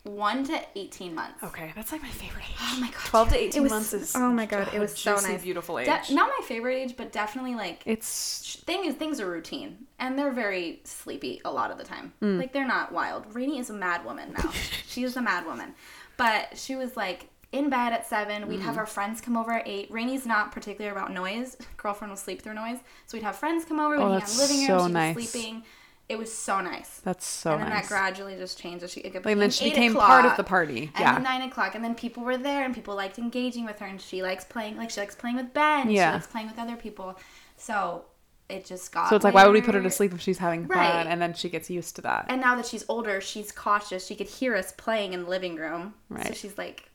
Speaker 1: one to eighteen months.
Speaker 2: Okay, that's like my favorite age.
Speaker 1: Oh my god,
Speaker 2: 12 Oh, to
Speaker 1: dude. It
Speaker 2: 18
Speaker 1: was-
Speaker 2: months is
Speaker 1: Oh my god,
Speaker 2: a
Speaker 1: it was so
Speaker 2: juicy,
Speaker 1: nice.
Speaker 2: beautiful
Speaker 1: De-
Speaker 2: age.
Speaker 1: not my favorite age, but definitely like
Speaker 2: It's
Speaker 1: thing is things are routine and they're very
Speaker 3: Mm. (laughs)
Speaker 1: sleepy a lot of the time. Like they're not wild. Rainey is a mad woman now. she is a mad woman. But she was like in bed at seven. We'd
Speaker 3: Mm.
Speaker 1: have our friends come over at eight. Rainy's not particular about noise. (laughs) Girlfriend will sleep through noise. So we'd have friends come over. We'd
Speaker 3: Oh,
Speaker 1: hang out in
Speaker 3: that's
Speaker 1: the living room.
Speaker 3: so
Speaker 1: she
Speaker 3: nice.
Speaker 1: was sleeping. It was so nice.
Speaker 3: That's so
Speaker 1: and then
Speaker 3: nice.
Speaker 1: that gradually just changed. as She, it
Speaker 3: Like, then she
Speaker 1: eight
Speaker 3: became part of
Speaker 1: o'clock.
Speaker 3: the party.
Speaker 1: And
Speaker 3: Yeah.
Speaker 1: then nine o'clock, and then people were there, and people liked engaging with her, and she likes playing, like she likes playing with Ben,
Speaker 3: Yeah.
Speaker 1: she likes playing with other people. So it just got.
Speaker 3: so it's like, why would we put her to
Speaker 1: weird.
Speaker 3: sleep if she's having fun?
Speaker 1: Right.
Speaker 3: And then she gets used to that.
Speaker 1: And now that she's older, she's cautious. She could hear us playing in the living room, so
Speaker 3: Right.
Speaker 1: she's like,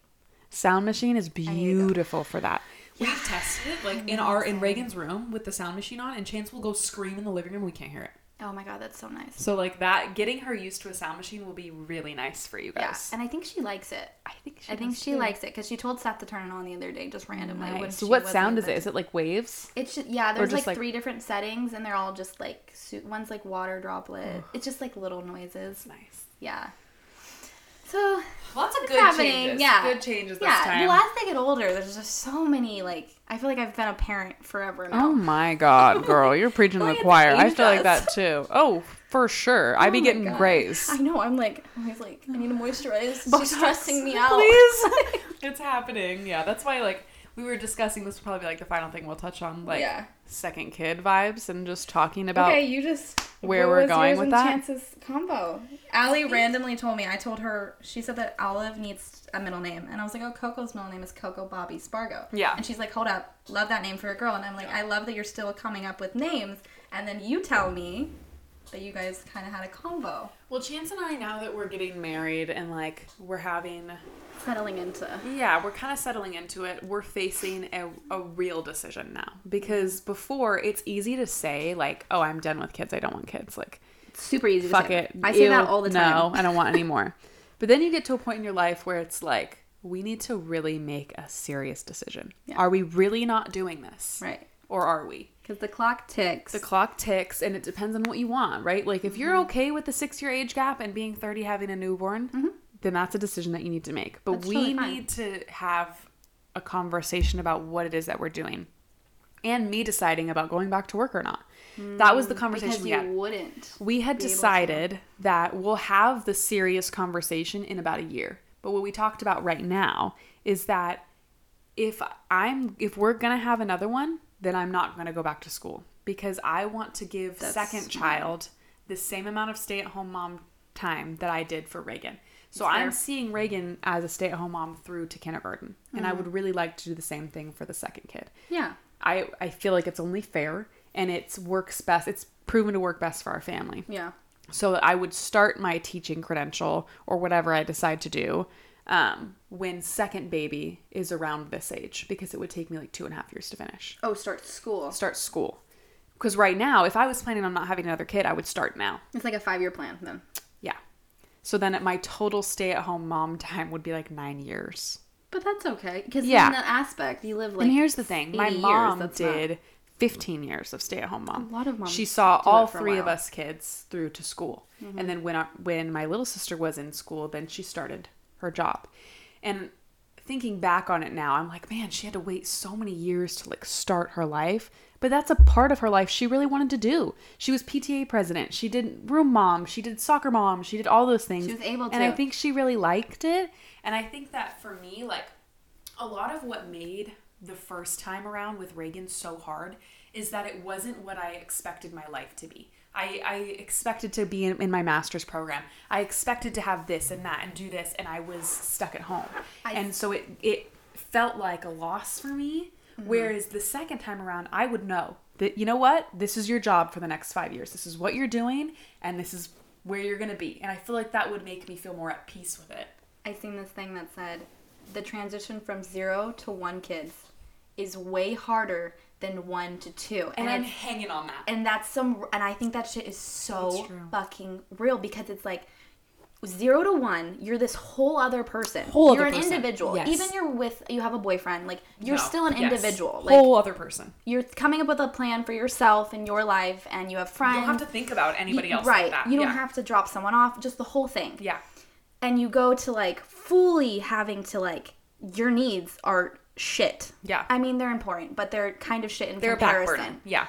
Speaker 3: Sound machine is
Speaker 1: you go.
Speaker 3: beautiful for that.
Speaker 2: We've tested it, like in our in Reagan's room with the sound machine on, and Chance will go scream in the living room. We can't hear it.
Speaker 1: "Oh my god, that's so nice."
Speaker 2: So like that, getting her used to a sound machine will be really nice for you
Speaker 1: Yeah,
Speaker 2: guys.
Speaker 1: and I think she likes it.
Speaker 3: I think she.
Speaker 1: I think
Speaker 3: does
Speaker 1: she
Speaker 3: too.
Speaker 1: likes it because she told Seth to turn it on the other day, just randomly.
Speaker 3: Nice.
Speaker 1: when
Speaker 3: So
Speaker 1: she
Speaker 3: what
Speaker 1: wasn't
Speaker 3: sound is
Speaker 1: even-
Speaker 3: it? Is it like waves?
Speaker 1: It's just yeah. There's
Speaker 3: just,
Speaker 1: like,
Speaker 3: like-
Speaker 1: three different settings, and they're all just like su- one's like water droplet. It's just like little noises.
Speaker 3: Nice.
Speaker 1: Yeah. So
Speaker 2: Lots of
Speaker 1: It's
Speaker 2: good
Speaker 1: happening,
Speaker 2: changes.
Speaker 1: yeah.
Speaker 2: Good changes this
Speaker 1: yeah,
Speaker 2: time.
Speaker 1: well, as they get older, there's just so many like I feel like I've been a parent forever now.
Speaker 3: Oh my god, girl, you're preaching to the
Speaker 1: Look at
Speaker 3: choir.
Speaker 1: the
Speaker 3: I feel like
Speaker 1: angels.
Speaker 3: that
Speaker 2: (laughs)
Speaker 3: too. Oh, for sure. I'd be
Speaker 1: Oh my
Speaker 3: getting
Speaker 1: God.
Speaker 3: grays.
Speaker 1: I know. I'm like always like I need to moisturize.
Speaker 3: Botox,
Speaker 1: She's stressing me out. (laughs)
Speaker 3: please.
Speaker 2: (laughs) it's happening. Yeah, that's why like we were discussing this will probably be like the final thing we'll touch on like
Speaker 1: yeah.
Speaker 3: second kid vibes and just talking about
Speaker 1: okay, you just
Speaker 3: where
Speaker 1: what
Speaker 3: we're
Speaker 1: was
Speaker 3: going
Speaker 1: yours
Speaker 3: with
Speaker 1: and
Speaker 3: that?
Speaker 1: Chance's combo. Allie randomly told me. I told her she said that Olive needs a middle name, and I was like, oh, Coco's middle name is Coco Bobby Spargo.
Speaker 3: Yeah.
Speaker 1: And she's like, hold up, love that name for a girl, and I'm like, I love that you're still coming up with names, and then you tell me that you guys kind of had a combo.
Speaker 2: Well, Chance and I now that we're getting married and like we're having
Speaker 1: settling into.
Speaker 2: Yeah, we're kind of settling into it. We're facing a, a real decision now because before it's easy to say like, "Oh, I'm done with kids. I don't want kids." Like,
Speaker 1: Super easy to
Speaker 2: fuck
Speaker 1: say.
Speaker 2: it.
Speaker 1: I say
Speaker 2: Ew,
Speaker 1: that all the time.
Speaker 2: No, I
Speaker 1: (laughs)
Speaker 2: don't want any more. but then you get to a point in your life where it's like, we need to really make a serious decision.
Speaker 1: Yeah.
Speaker 2: Are we really not doing this?
Speaker 1: Right.
Speaker 2: Or are we?
Speaker 1: Because the clock ticks.
Speaker 2: The clock ticks and it depends on what you want, right? Like if you're
Speaker 1: Mm-hmm.
Speaker 2: okay with the 6-year age gap and being 30 having a newborn, then that's a decision that you need to make. But
Speaker 1: That's
Speaker 2: we
Speaker 1: totally fine.
Speaker 2: need to have a conversation about what it is that we're doing. And me deciding about going back to work or not. That was the conversation
Speaker 1: Mm, because
Speaker 2: we
Speaker 1: you
Speaker 2: had
Speaker 1: wouldn't.
Speaker 2: we had
Speaker 1: be able to-
Speaker 2: decided that we'll have the serious conversation in about a year. But what we talked about right now is that if I'm if we're going to have another one, then I'm not going to go back to school because I want to give
Speaker 1: That's
Speaker 2: second
Speaker 1: smart.
Speaker 2: child the same amount of stay-at-home mom time that I did for Reagan. So
Speaker 1: That's
Speaker 2: I'm
Speaker 1: fair.
Speaker 2: seeing Reagan as a stay-at-home mom through to kindergarten, and
Speaker 1: Mm-hmm.
Speaker 2: I would really like to do the same thing for the second kid.
Speaker 1: Yeah.
Speaker 2: I I feel like it's only fair and it's works best. It's proven to work best for our family
Speaker 1: Yeah.
Speaker 2: so that I would start my teaching credential or whatever I decide to do um, when second baby is around this age because it would take me like two and a half years to finish.
Speaker 1: Oh, start school.
Speaker 2: Start school. Because right now, if I was planning on not having another kid, I would start now.
Speaker 1: It's like a five year plan then.
Speaker 2: Yeah. So then at my total stay at home mom (laughs) time would be like nine years.
Speaker 1: But that's okay. Because
Speaker 2: Yeah.
Speaker 1: in that aspect, you live like.
Speaker 2: and here's the thing my
Speaker 1: 80 years,
Speaker 2: mom
Speaker 1: that's not-
Speaker 2: did 15 years of stay-at-home mom
Speaker 1: A lot of moms
Speaker 2: she saw
Speaker 1: do it
Speaker 2: all
Speaker 1: for a
Speaker 2: three of
Speaker 1: while. Mm-hmm.
Speaker 2: us kids through to school and then when our, when my little sister was in school then she started her job and thinking back on it now i'm like man she had to wait so many years to like start her life but that's a part of her life she really wanted to do she was pta president she did room mom she did soccer mom she did all those things
Speaker 1: She was able
Speaker 2: and i
Speaker 1: to.
Speaker 2: think she really liked it and i think that for me like a lot of what made the first time around with Reagan so hard is that it wasn't what I expected my life to be. I, I expected to be in, in my master's program. I expected to have this and that and do this, and I was stuck at home.
Speaker 1: I-
Speaker 2: and so it, it felt like a loss for me.
Speaker 1: Mm-hmm.
Speaker 2: Whereas the second time around, I would know that, you know what? This is your job for the next five years. This is what you're doing, and this is where you're going to be. And I feel like that would make me feel more at peace with it.
Speaker 1: I seen this thing that said the transition from zero to one kids is way harder than one to two.
Speaker 2: And, I'm
Speaker 1: it's-
Speaker 2: hanging on that.
Speaker 1: and that's some and i think that shit is
Speaker 2: It's
Speaker 1: so
Speaker 2: true.
Speaker 1: fucking real because it's like zero to one you're this whole other person
Speaker 2: Whole
Speaker 1: you're
Speaker 2: other
Speaker 1: an
Speaker 2: person.
Speaker 1: individual
Speaker 2: Yes.
Speaker 1: even you're with you have a boyfriend like you're
Speaker 2: No.
Speaker 1: still an
Speaker 2: Yes.
Speaker 1: individual like
Speaker 2: whole other person.
Speaker 1: you're coming up with a plan for yourself and your life and you have friends
Speaker 2: You don't have to think about anybody
Speaker 1: You-
Speaker 2: else.
Speaker 1: right
Speaker 2: Like that.
Speaker 1: you don't
Speaker 2: yeah.
Speaker 1: have to drop someone off just the whole thing
Speaker 2: Yeah.
Speaker 1: and you go to like fully having to like your needs are shit
Speaker 2: Yeah.
Speaker 1: i mean they're important but they're kind of shit in
Speaker 2: They're a back
Speaker 1: comparison
Speaker 2: burner. Yeah.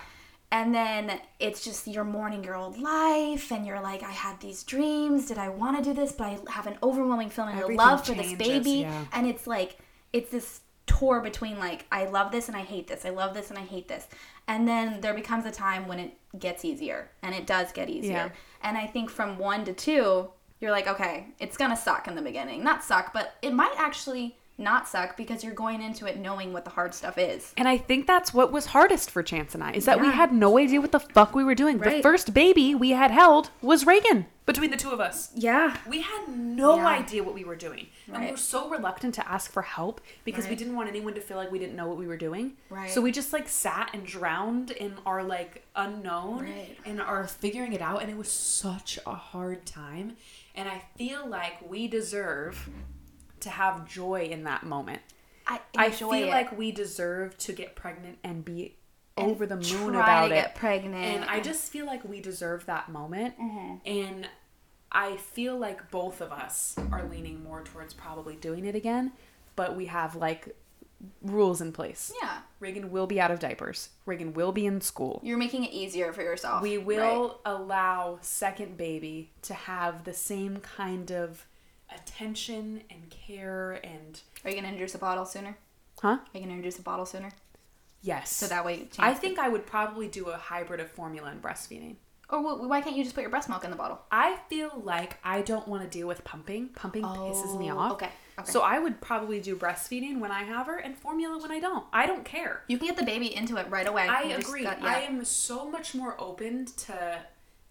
Speaker 1: and then it's just you're mourning your old life and you're like i had these dreams did i want to do this but i have an overwhelming feeling of
Speaker 4: Everything
Speaker 1: love for this
Speaker 4: changes,
Speaker 1: baby
Speaker 4: yeah.
Speaker 1: and it's like it's this tour between like i love this and i hate this i love this and i hate this and then there becomes a time when it gets easier and it does get easier
Speaker 4: Yeah.
Speaker 1: and i think from one to two you're like okay it's gonna suck in the beginning not suck but it might actually not suck because you're going into it knowing what the hard stuff is
Speaker 2: And I think that's what was hardest for Chance and I is that we
Speaker 1: Yeah.
Speaker 2: had no idea what the fuck we were doing. The
Speaker 1: Right.
Speaker 2: first baby we had held was Reagan. Between the two of us,
Speaker 1: yeah
Speaker 2: we had no
Speaker 1: Yeah.
Speaker 2: idea what we were doing. And we
Speaker 1: Right.
Speaker 2: were so reluctant to ask for help because we
Speaker 1: Right.
Speaker 2: didn't want anyone to feel like we didn't know what we were doing.
Speaker 1: Right.
Speaker 2: So we just like sat and drowned in our like unknown
Speaker 1: Right.
Speaker 2: and our figuring it out. And it was such a hard time. And I feel like we deserve to have joy in that moment.
Speaker 1: i
Speaker 2: I
Speaker 1: enjoy
Speaker 2: feel
Speaker 1: it.
Speaker 2: like we deserve to get pregnant and be
Speaker 1: and
Speaker 2: over the moon
Speaker 1: try
Speaker 2: about
Speaker 1: to
Speaker 2: it.
Speaker 1: get pregnant.
Speaker 2: And I just feel like we deserve that moment.
Speaker 1: Mm-hmm.
Speaker 2: And I feel like both of us are leaning more towards probably doing it again, but we have like rules in place.
Speaker 1: yeah,
Speaker 2: Reagan will be out of diapers. Reagan will be in school.
Speaker 1: you're making it easier for yourself.
Speaker 2: We
Speaker 1: right?
Speaker 2: will allow second baby to have the same kind of attention and care and
Speaker 1: Are you gonna introduce a bottle sooner?
Speaker 2: huh?
Speaker 1: Are you gonna introduce a bottle sooner?
Speaker 2: Yes.
Speaker 1: So that way, it
Speaker 2: I
Speaker 1: changes
Speaker 2: think I would probably do a hybrid of formula and breastfeeding.
Speaker 1: the- Or wh- why can't you just put your breast milk in the bottle?
Speaker 2: I feel like I don't want to deal with pumping. Pumping pisses me
Speaker 1: Oh,
Speaker 2: off.
Speaker 1: okay, okay.
Speaker 2: So I would probably do breastfeeding when I have her and formula when I don't. I don't care.
Speaker 1: You can get the baby into it right away.
Speaker 2: I
Speaker 1: You just
Speaker 2: agree.
Speaker 1: got- yeah.
Speaker 2: I am so much more open to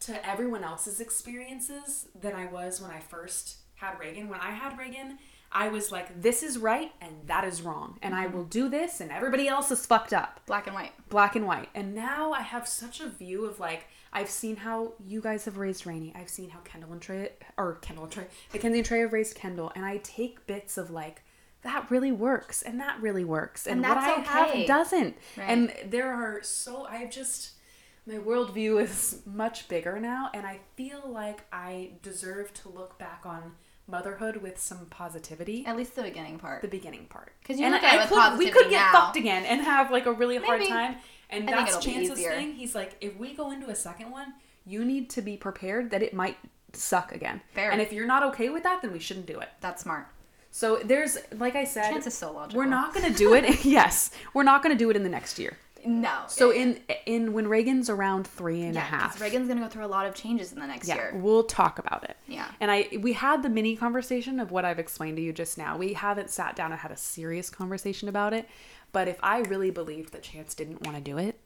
Speaker 2: to everyone else's experiences than I was when I first had Reagan. When I had Reagan, I was like, this is right and that is wrong. And
Speaker 1: Mm-hmm.
Speaker 2: I will do this and everybody else is fucked up
Speaker 1: Black and white.
Speaker 2: black and white. And now I have such a view of like I've seen how you guys have raised Rainy. I've seen how Kendall and Trey or Kendall and Trey, Mackenzie and Trey have raised Kendall, and I take bits of like that really works and that really works
Speaker 1: And
Speaker 2: and, what I
Speaker 1: that's okay.
Speaker 2: have doesn't.
Speaker 1: Right.
Speaker 2: And there are so I've just my worldview is much bigger now, and I feel like I deserve to look back on motherhood with some positivity.
Speaker 1: At least the beginning part.
Speaker 2: the beginning part
Speaker 1: 'Cause you
Speaker 2: And
Speaker 1: look at it with
Speaker 2: could, we could
Speaker 1: positivity now.
Speaker 2: get fucked again and have like a really hard
Speaker 1: Maybe.
Speaker 2: time. And
Speaker 1: I think
Speaker 2: that's
Speaker 1: it'll be
Speaker 2: Chance's
Speaker 1: easier.
Speaker 2: thing. He's like, if we go into a second one, you need to be prepared that it might suck again.
Speaker 1: Fair.
Speaker 2: And if you're not okay with that, then we shouldn't do it.
Speaker 1: That's smart.
Speaker 2: So there's, like I said,
Speaker 1: Chance is so logical.
Speaker 2: we're not gonna do it. (laughs) yes, we're not gonna do it in the next year.
Speaker 1: No.
Speaker 2: So in in when Reagan's around three and a
Speaker 1: yeah,
Speaker 2: half.
Speaker 1: 'cause Reagan's gonna go through a lot of changes in the next
Speaker 2: Yeah,
Speaker 1: year.
Speaker 2: we'll talk about it.
Speaker 1: Yeah.
Speaker 2: And I we had the mini conversation of what I've explained to you just now. We haven't sat down and had a serious conversation about it, but if I really believed that Chance didn't want to do it,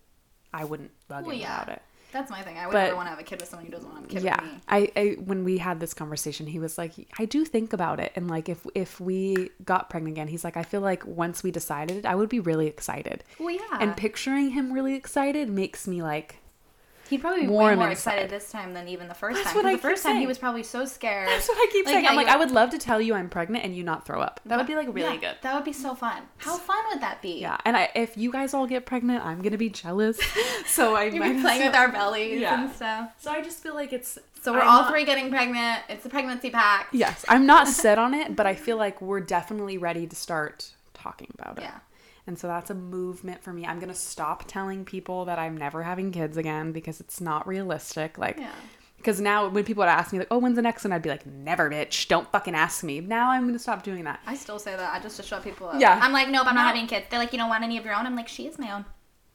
Speaker 2: I wouldn't bug
Speaker 1: Well,
Speaker 2: him
Speaker 1: yeah.
Speaker 2: about it.
Speaker 1: That's my thing. I would
Speaker 2: But-
Speaker 1: never want to have a kid with someone who doesn't want to have a kid
Speaker 2: yeah.
Speaker 1: with me.
Speaker 2: I, I when we had this conversation, he was like, I do think about it and like if if we got pregnant again, he's like, I feel like once we decided it, I would be really excited.
Speaker 1: Well, yeah.
Speaker 2: And picturing him really excited makes me like (laughs)
Speaker 1: He'd probably be way
Speaker 2: warm
Speaker 1: more
Speaker 2: inside.
Speaker 1: excited this time than even the first
Speaker 2: That's
Speaker 1: time.
Speaker 2: what
Speaker 1: 'cause
Speaker 2: I
Speaker 1: the
Speaker 2: keep
Speaker 1: first time he
Speaker 2: saying.
Speaker 1: was probably so scared.
Speaker 2: that's what I keep saying.
Speaker 1: yeah,
Speaker 2: I'm like,
Speaker 1: you're-
Speaker 2: I would love to tell you I'm pregnant and you not throw up. That would be like really
Speaker 1: Yeah,
Speaker 2: good.
Speaker 1: That would be so fun. How fun would that be?
Speaker 2: Yeah, and I, if you guys all get pregnant, I'm gonna be (laughs) jealous. So I
Speaker 1: You'd
Speaker 2: might
Speaker 1: be
Speaker 2: (laughs) as
Speaker 1: playing
Speaker 2: well-
Speaker 1: with our bellies
Speaker 2: Yeah.
Speaker 1: and stuff.
Speaker 2: So I just feel like it's.
Speaker 1: So we're
Speaker 2: I'm
Speaker 1: all
Speaker 2: not-
Speaker 1: three getting pregnant. It's a pregnancy pack.
Speaker 2: Yes, I'm not set on it, but I feel like we're definitely ready to start talking about it.
Speaker 1: Yeah.
Speaker 2: And so that's a movement for me. I'm gonna stop telling people that I'm never having kids again because it's not realistic. Like,
Speaker 1: Yeah.
Speaker 2: because now when people would ask me like, "Oh, when's the next one?" I'd be like, "Never, bitch. Don't fucking ask me." Now I'm gonna stop doing that.
Speaker 1: I still say that. I just to shut people up.
Speaker 2: Yeah.
Speaker 1: I'm like, nope, I'm
Speaker 2: No.
Speaker 1: not having kids. They're like, you don't want any of your own. I'm like, she is my own.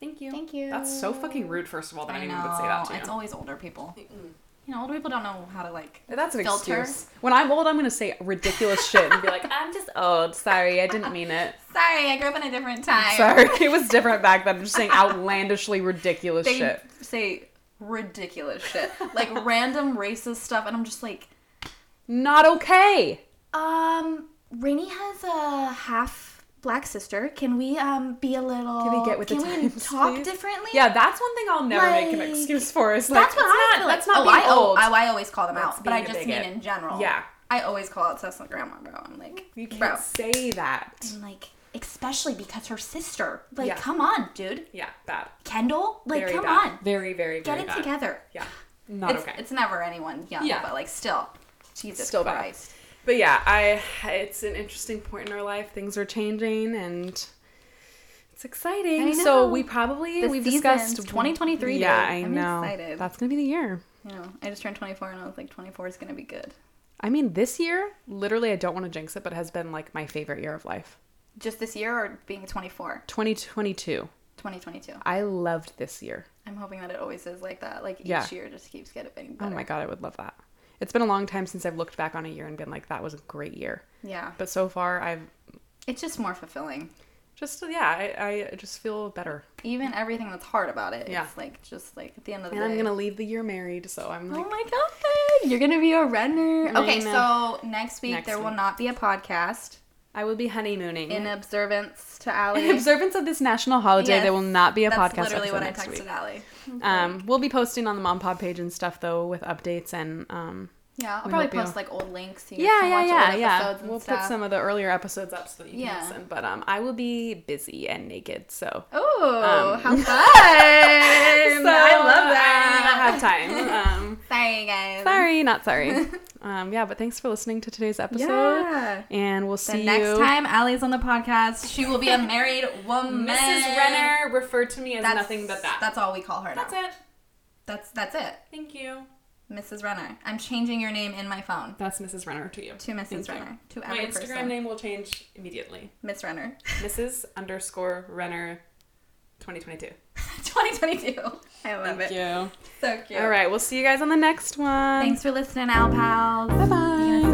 Speaker 2: Thank you.
Speaker 1: Thank you.
Speaker 2: That's so fucking rude. First of all, that anyone would say that to you.
Speaker 1: It's always older people. You know, older people don't know how to like.
Speaker 2: That's an
Speaker 1: filter.
Speaker 2: excuse. When I'm old, I'm gonna say ridiculous shit and be like, (laughs) "I'm just old. Sorry, I didn't mean it.
Speaker 1: Sorry, I grew up in a different time.
Speaker 2: Sorry, it was different back then." I'm just saying outlandishly ridiculous
Speaker 1: They
Speaker 2: shit.
Speaker 1: say ridiculous shit,
Speaker 2: (laughs)
Speaker 1: like random racist stuff, and I'm just like,
Speaker 2: Not okay.
Speaker 1: Um, Rainey has a half black sister. Can we um be a little?
Speaker 2: Can we get with
Speaker 1: Can
Speaker 2: the
Speaker 1: we
Speaker 2: times,
Speaker 1: talk
Speaker 2: please?
Speaker 1: differently?
Speaker 2: Yeah, that's one thing I'll never make an
Speaker 1: Like,
Speaker 2: excuse for. Is like,
Speaker 1: that's what
Speaker 2: it's
Speaker 1: I
Speaker 2: not,
Speaker 1: feel like.
Speaker 2: That's not
Speaker 1: oh,
Speaker 2: being
Speaker 1: I, al-
Speaker 2: old.
Speaker 1: I, I always call them
Speaker 2: That's
Speaker 1: out, but I
Speaker 2: being a
Speaker 1: just mean
Speaker 2: bigot.
Speaker 1: in general.
Speaker 2: Yeah.
Speaker 1: I always call out Seth's grandma, bro. I'm like,
Speaker 2: you can't
Speaker 1: bro,
Speaker 2: say that.
Speaker 1: and like especially because her sister. Like,
Speaker 2: Yeah.
Speaker 1: come on, dude,
Speaker 2: Yeah, bad.
Speaker 1: Kendall. Like,
Speaker 2: Very
Speaker 1: come
Speaker 2: bad.
Speaker 1: on,
Speaker 2: Very, very,
Speaker 1: get
Speaker 2: very
Speaker 1: it
Speaker 2: bad.
Speaker 1: together.
Speaker 2: Yeah, not
Speaker 1: it's,
Speaker 2: okay.
Speaker 1: It's never anyone young,
Speaker 2: Yeah.
Speaker 1: but like still, Jesus
Speaker 2: Still bad.
Speaker 1: Christ.
Speaker 2: But yeah, I it's an interesting point in our life. Things are changing and it's It's exciting.
Speaker 1: I
Speaker 2: So
Speaker 1: know.
Speaker 2: we probably
Speaker 1: The
Speaker 2: we've
Speaker 1: seasons,
Speaker 2: discussed
Speaker 1: 2023.
Speaker 2: Yeah,
Speaker 1: dude.
Speaker 2: I
Speaker 1: I'm
Speaker 2: know.
Speaker 1: excited.
Speaker 2: That's gonna be the year.
Speaker 1: you know, I just turned 24 and I was like, 24 is gonna be good.
Speaker 2: I mean, this year, literally, I don't want to jinx it, but it has been like my favorite year of life.
Speaker 1: Just this year or being 24,
Speaker 2: 2022.
Speaker 1: 2022.
Speaker 2: I loved this year.
Speaker 1: I'm hoping that it always is like that. Like each
Speaker 2: Yeah.
Speaker 1: year just keeps getting
Speaker 2: Oh
Speaker 1: better.
Speaker 2: my god, I would love that. It's been a long time since I've looked back on a year and been like, that was a great year.
Speaker 1: Yeah,
Speaker 2: But so far, I've
Speaker 1: it's just more fulfilling.
Speaker 2: just yeah, I, I just feel better.
Speaker 1: Even everything that's hard about it,
Speaker 2: Yeah.
Speaker 1: it's like just like at the end of the
Speaker 2: And
Speaker 1: day.
Speaker 2: I'm gonna leave the year married, so I'm
Speaker 1: Oh
Speaker 2: like,
Speaker 1: my god, you're gonna be a runner. Okay, so
Speaker 2: Marina.
Speaker 1: next week
Speaker 2: Next
Speaker 1: there will
Speaker 2: week.
Speaker 1: not be a podcast
Speaker 2: I will be honeymooning.
Speaker 1: in
Speaker 2: In,
Speaker 1: observance
Speaker 2: (laughs)
Speaker 1: to Allie.
Speaker 2: observance of this national holiday,
Speaker 1: Yes,
Speaker 2: there will not be a
Speaker 1: That's
Speaker 2: podcast
Speaker 1: literally
Speaker 2: episode
Speaker 1: what I
Speaker 2: next
Speaker 1: texted
Speaker 2: week.
Speaker 1: Allie.
Speaker 2: Um, we'll be posting on the Mom Pod page and stuff though, with updates and um,
Speaker 1: Yeah, I'll
Speaker 2: We
Speaker 1: probably
Speaker 2: hope you'll-
Speaker 1: post like old links. So you guys
Speaker 2: yeah,
Speaker 1: can
Speaker 2: yeah,
Speaker 1: watch
Speaker 2: yeah,
Speaker 1: old
Speaker 2: yeah.
Speaker 1: episodes and
Speaker 2: We'll
Speaker 1: stuff.
Speaker 2: put some of the earlier episodes up so that you can
Speaker 1: Yeah.
Speaker 2: listen. But um, I will be busy and naked, so
Speaker 1: Oh,
Speaker 2: um, (laughs)
Speaker 1: how fun!
Speaker 2: I
Speaker 1: I love
Speaker 2: I
Speaker 1: that.
Speaker 2: have time.
Speaker 1: (laughs)
Speaker 2: Um,
Speaker 1: Sorry, guys.
Speaker 2: sorry, not sorry.
Speaker 1: (laughs)
Speaker 2: Um, yeah, but thanks for listening to today's episode.
Speaker 1: Yeah.
Speaker 2: And we'll
Speaker 1: The
Speaker 2: see
Speaker 1: next
Speaker 2: you.
Speaker 1: time Allie's on the podcast, she will be (laughs) a married woman.
Speaker 2: Mrs. Renner referred to me as nothing but that.
Speaker 1: That's all we call her now.
Speaker 2: That's it.
Speaker 1: That's that's it.
Speaker 2: Thank you.
Speaker 1: Mrs. Renner. I'm changing your name in my phone
Speaker 2: That's Mrs. Renner to you.
Speaker 1: to Mrs.
Speaker 2: Thank you.
Speaker 1: Renner. To
Speaker 2: My
Speaker 1: every
Speaker 2: Instagram
Speaker 1: person.
Speaker 2: name will change immediately.
Speaker 1: Miss (laughs) Renner.
Speaker 2: Mrs. underscore Renner 2022.
Speaker 1: 2022. I love it.
Speaker 2: Thank you.
Speaker 1: So cute.
Speaker 2: All right. We'll see you guys on the next one.
Speaker 1: Thanks for listening, Owl Pals.
Speaker 2: Bye bye.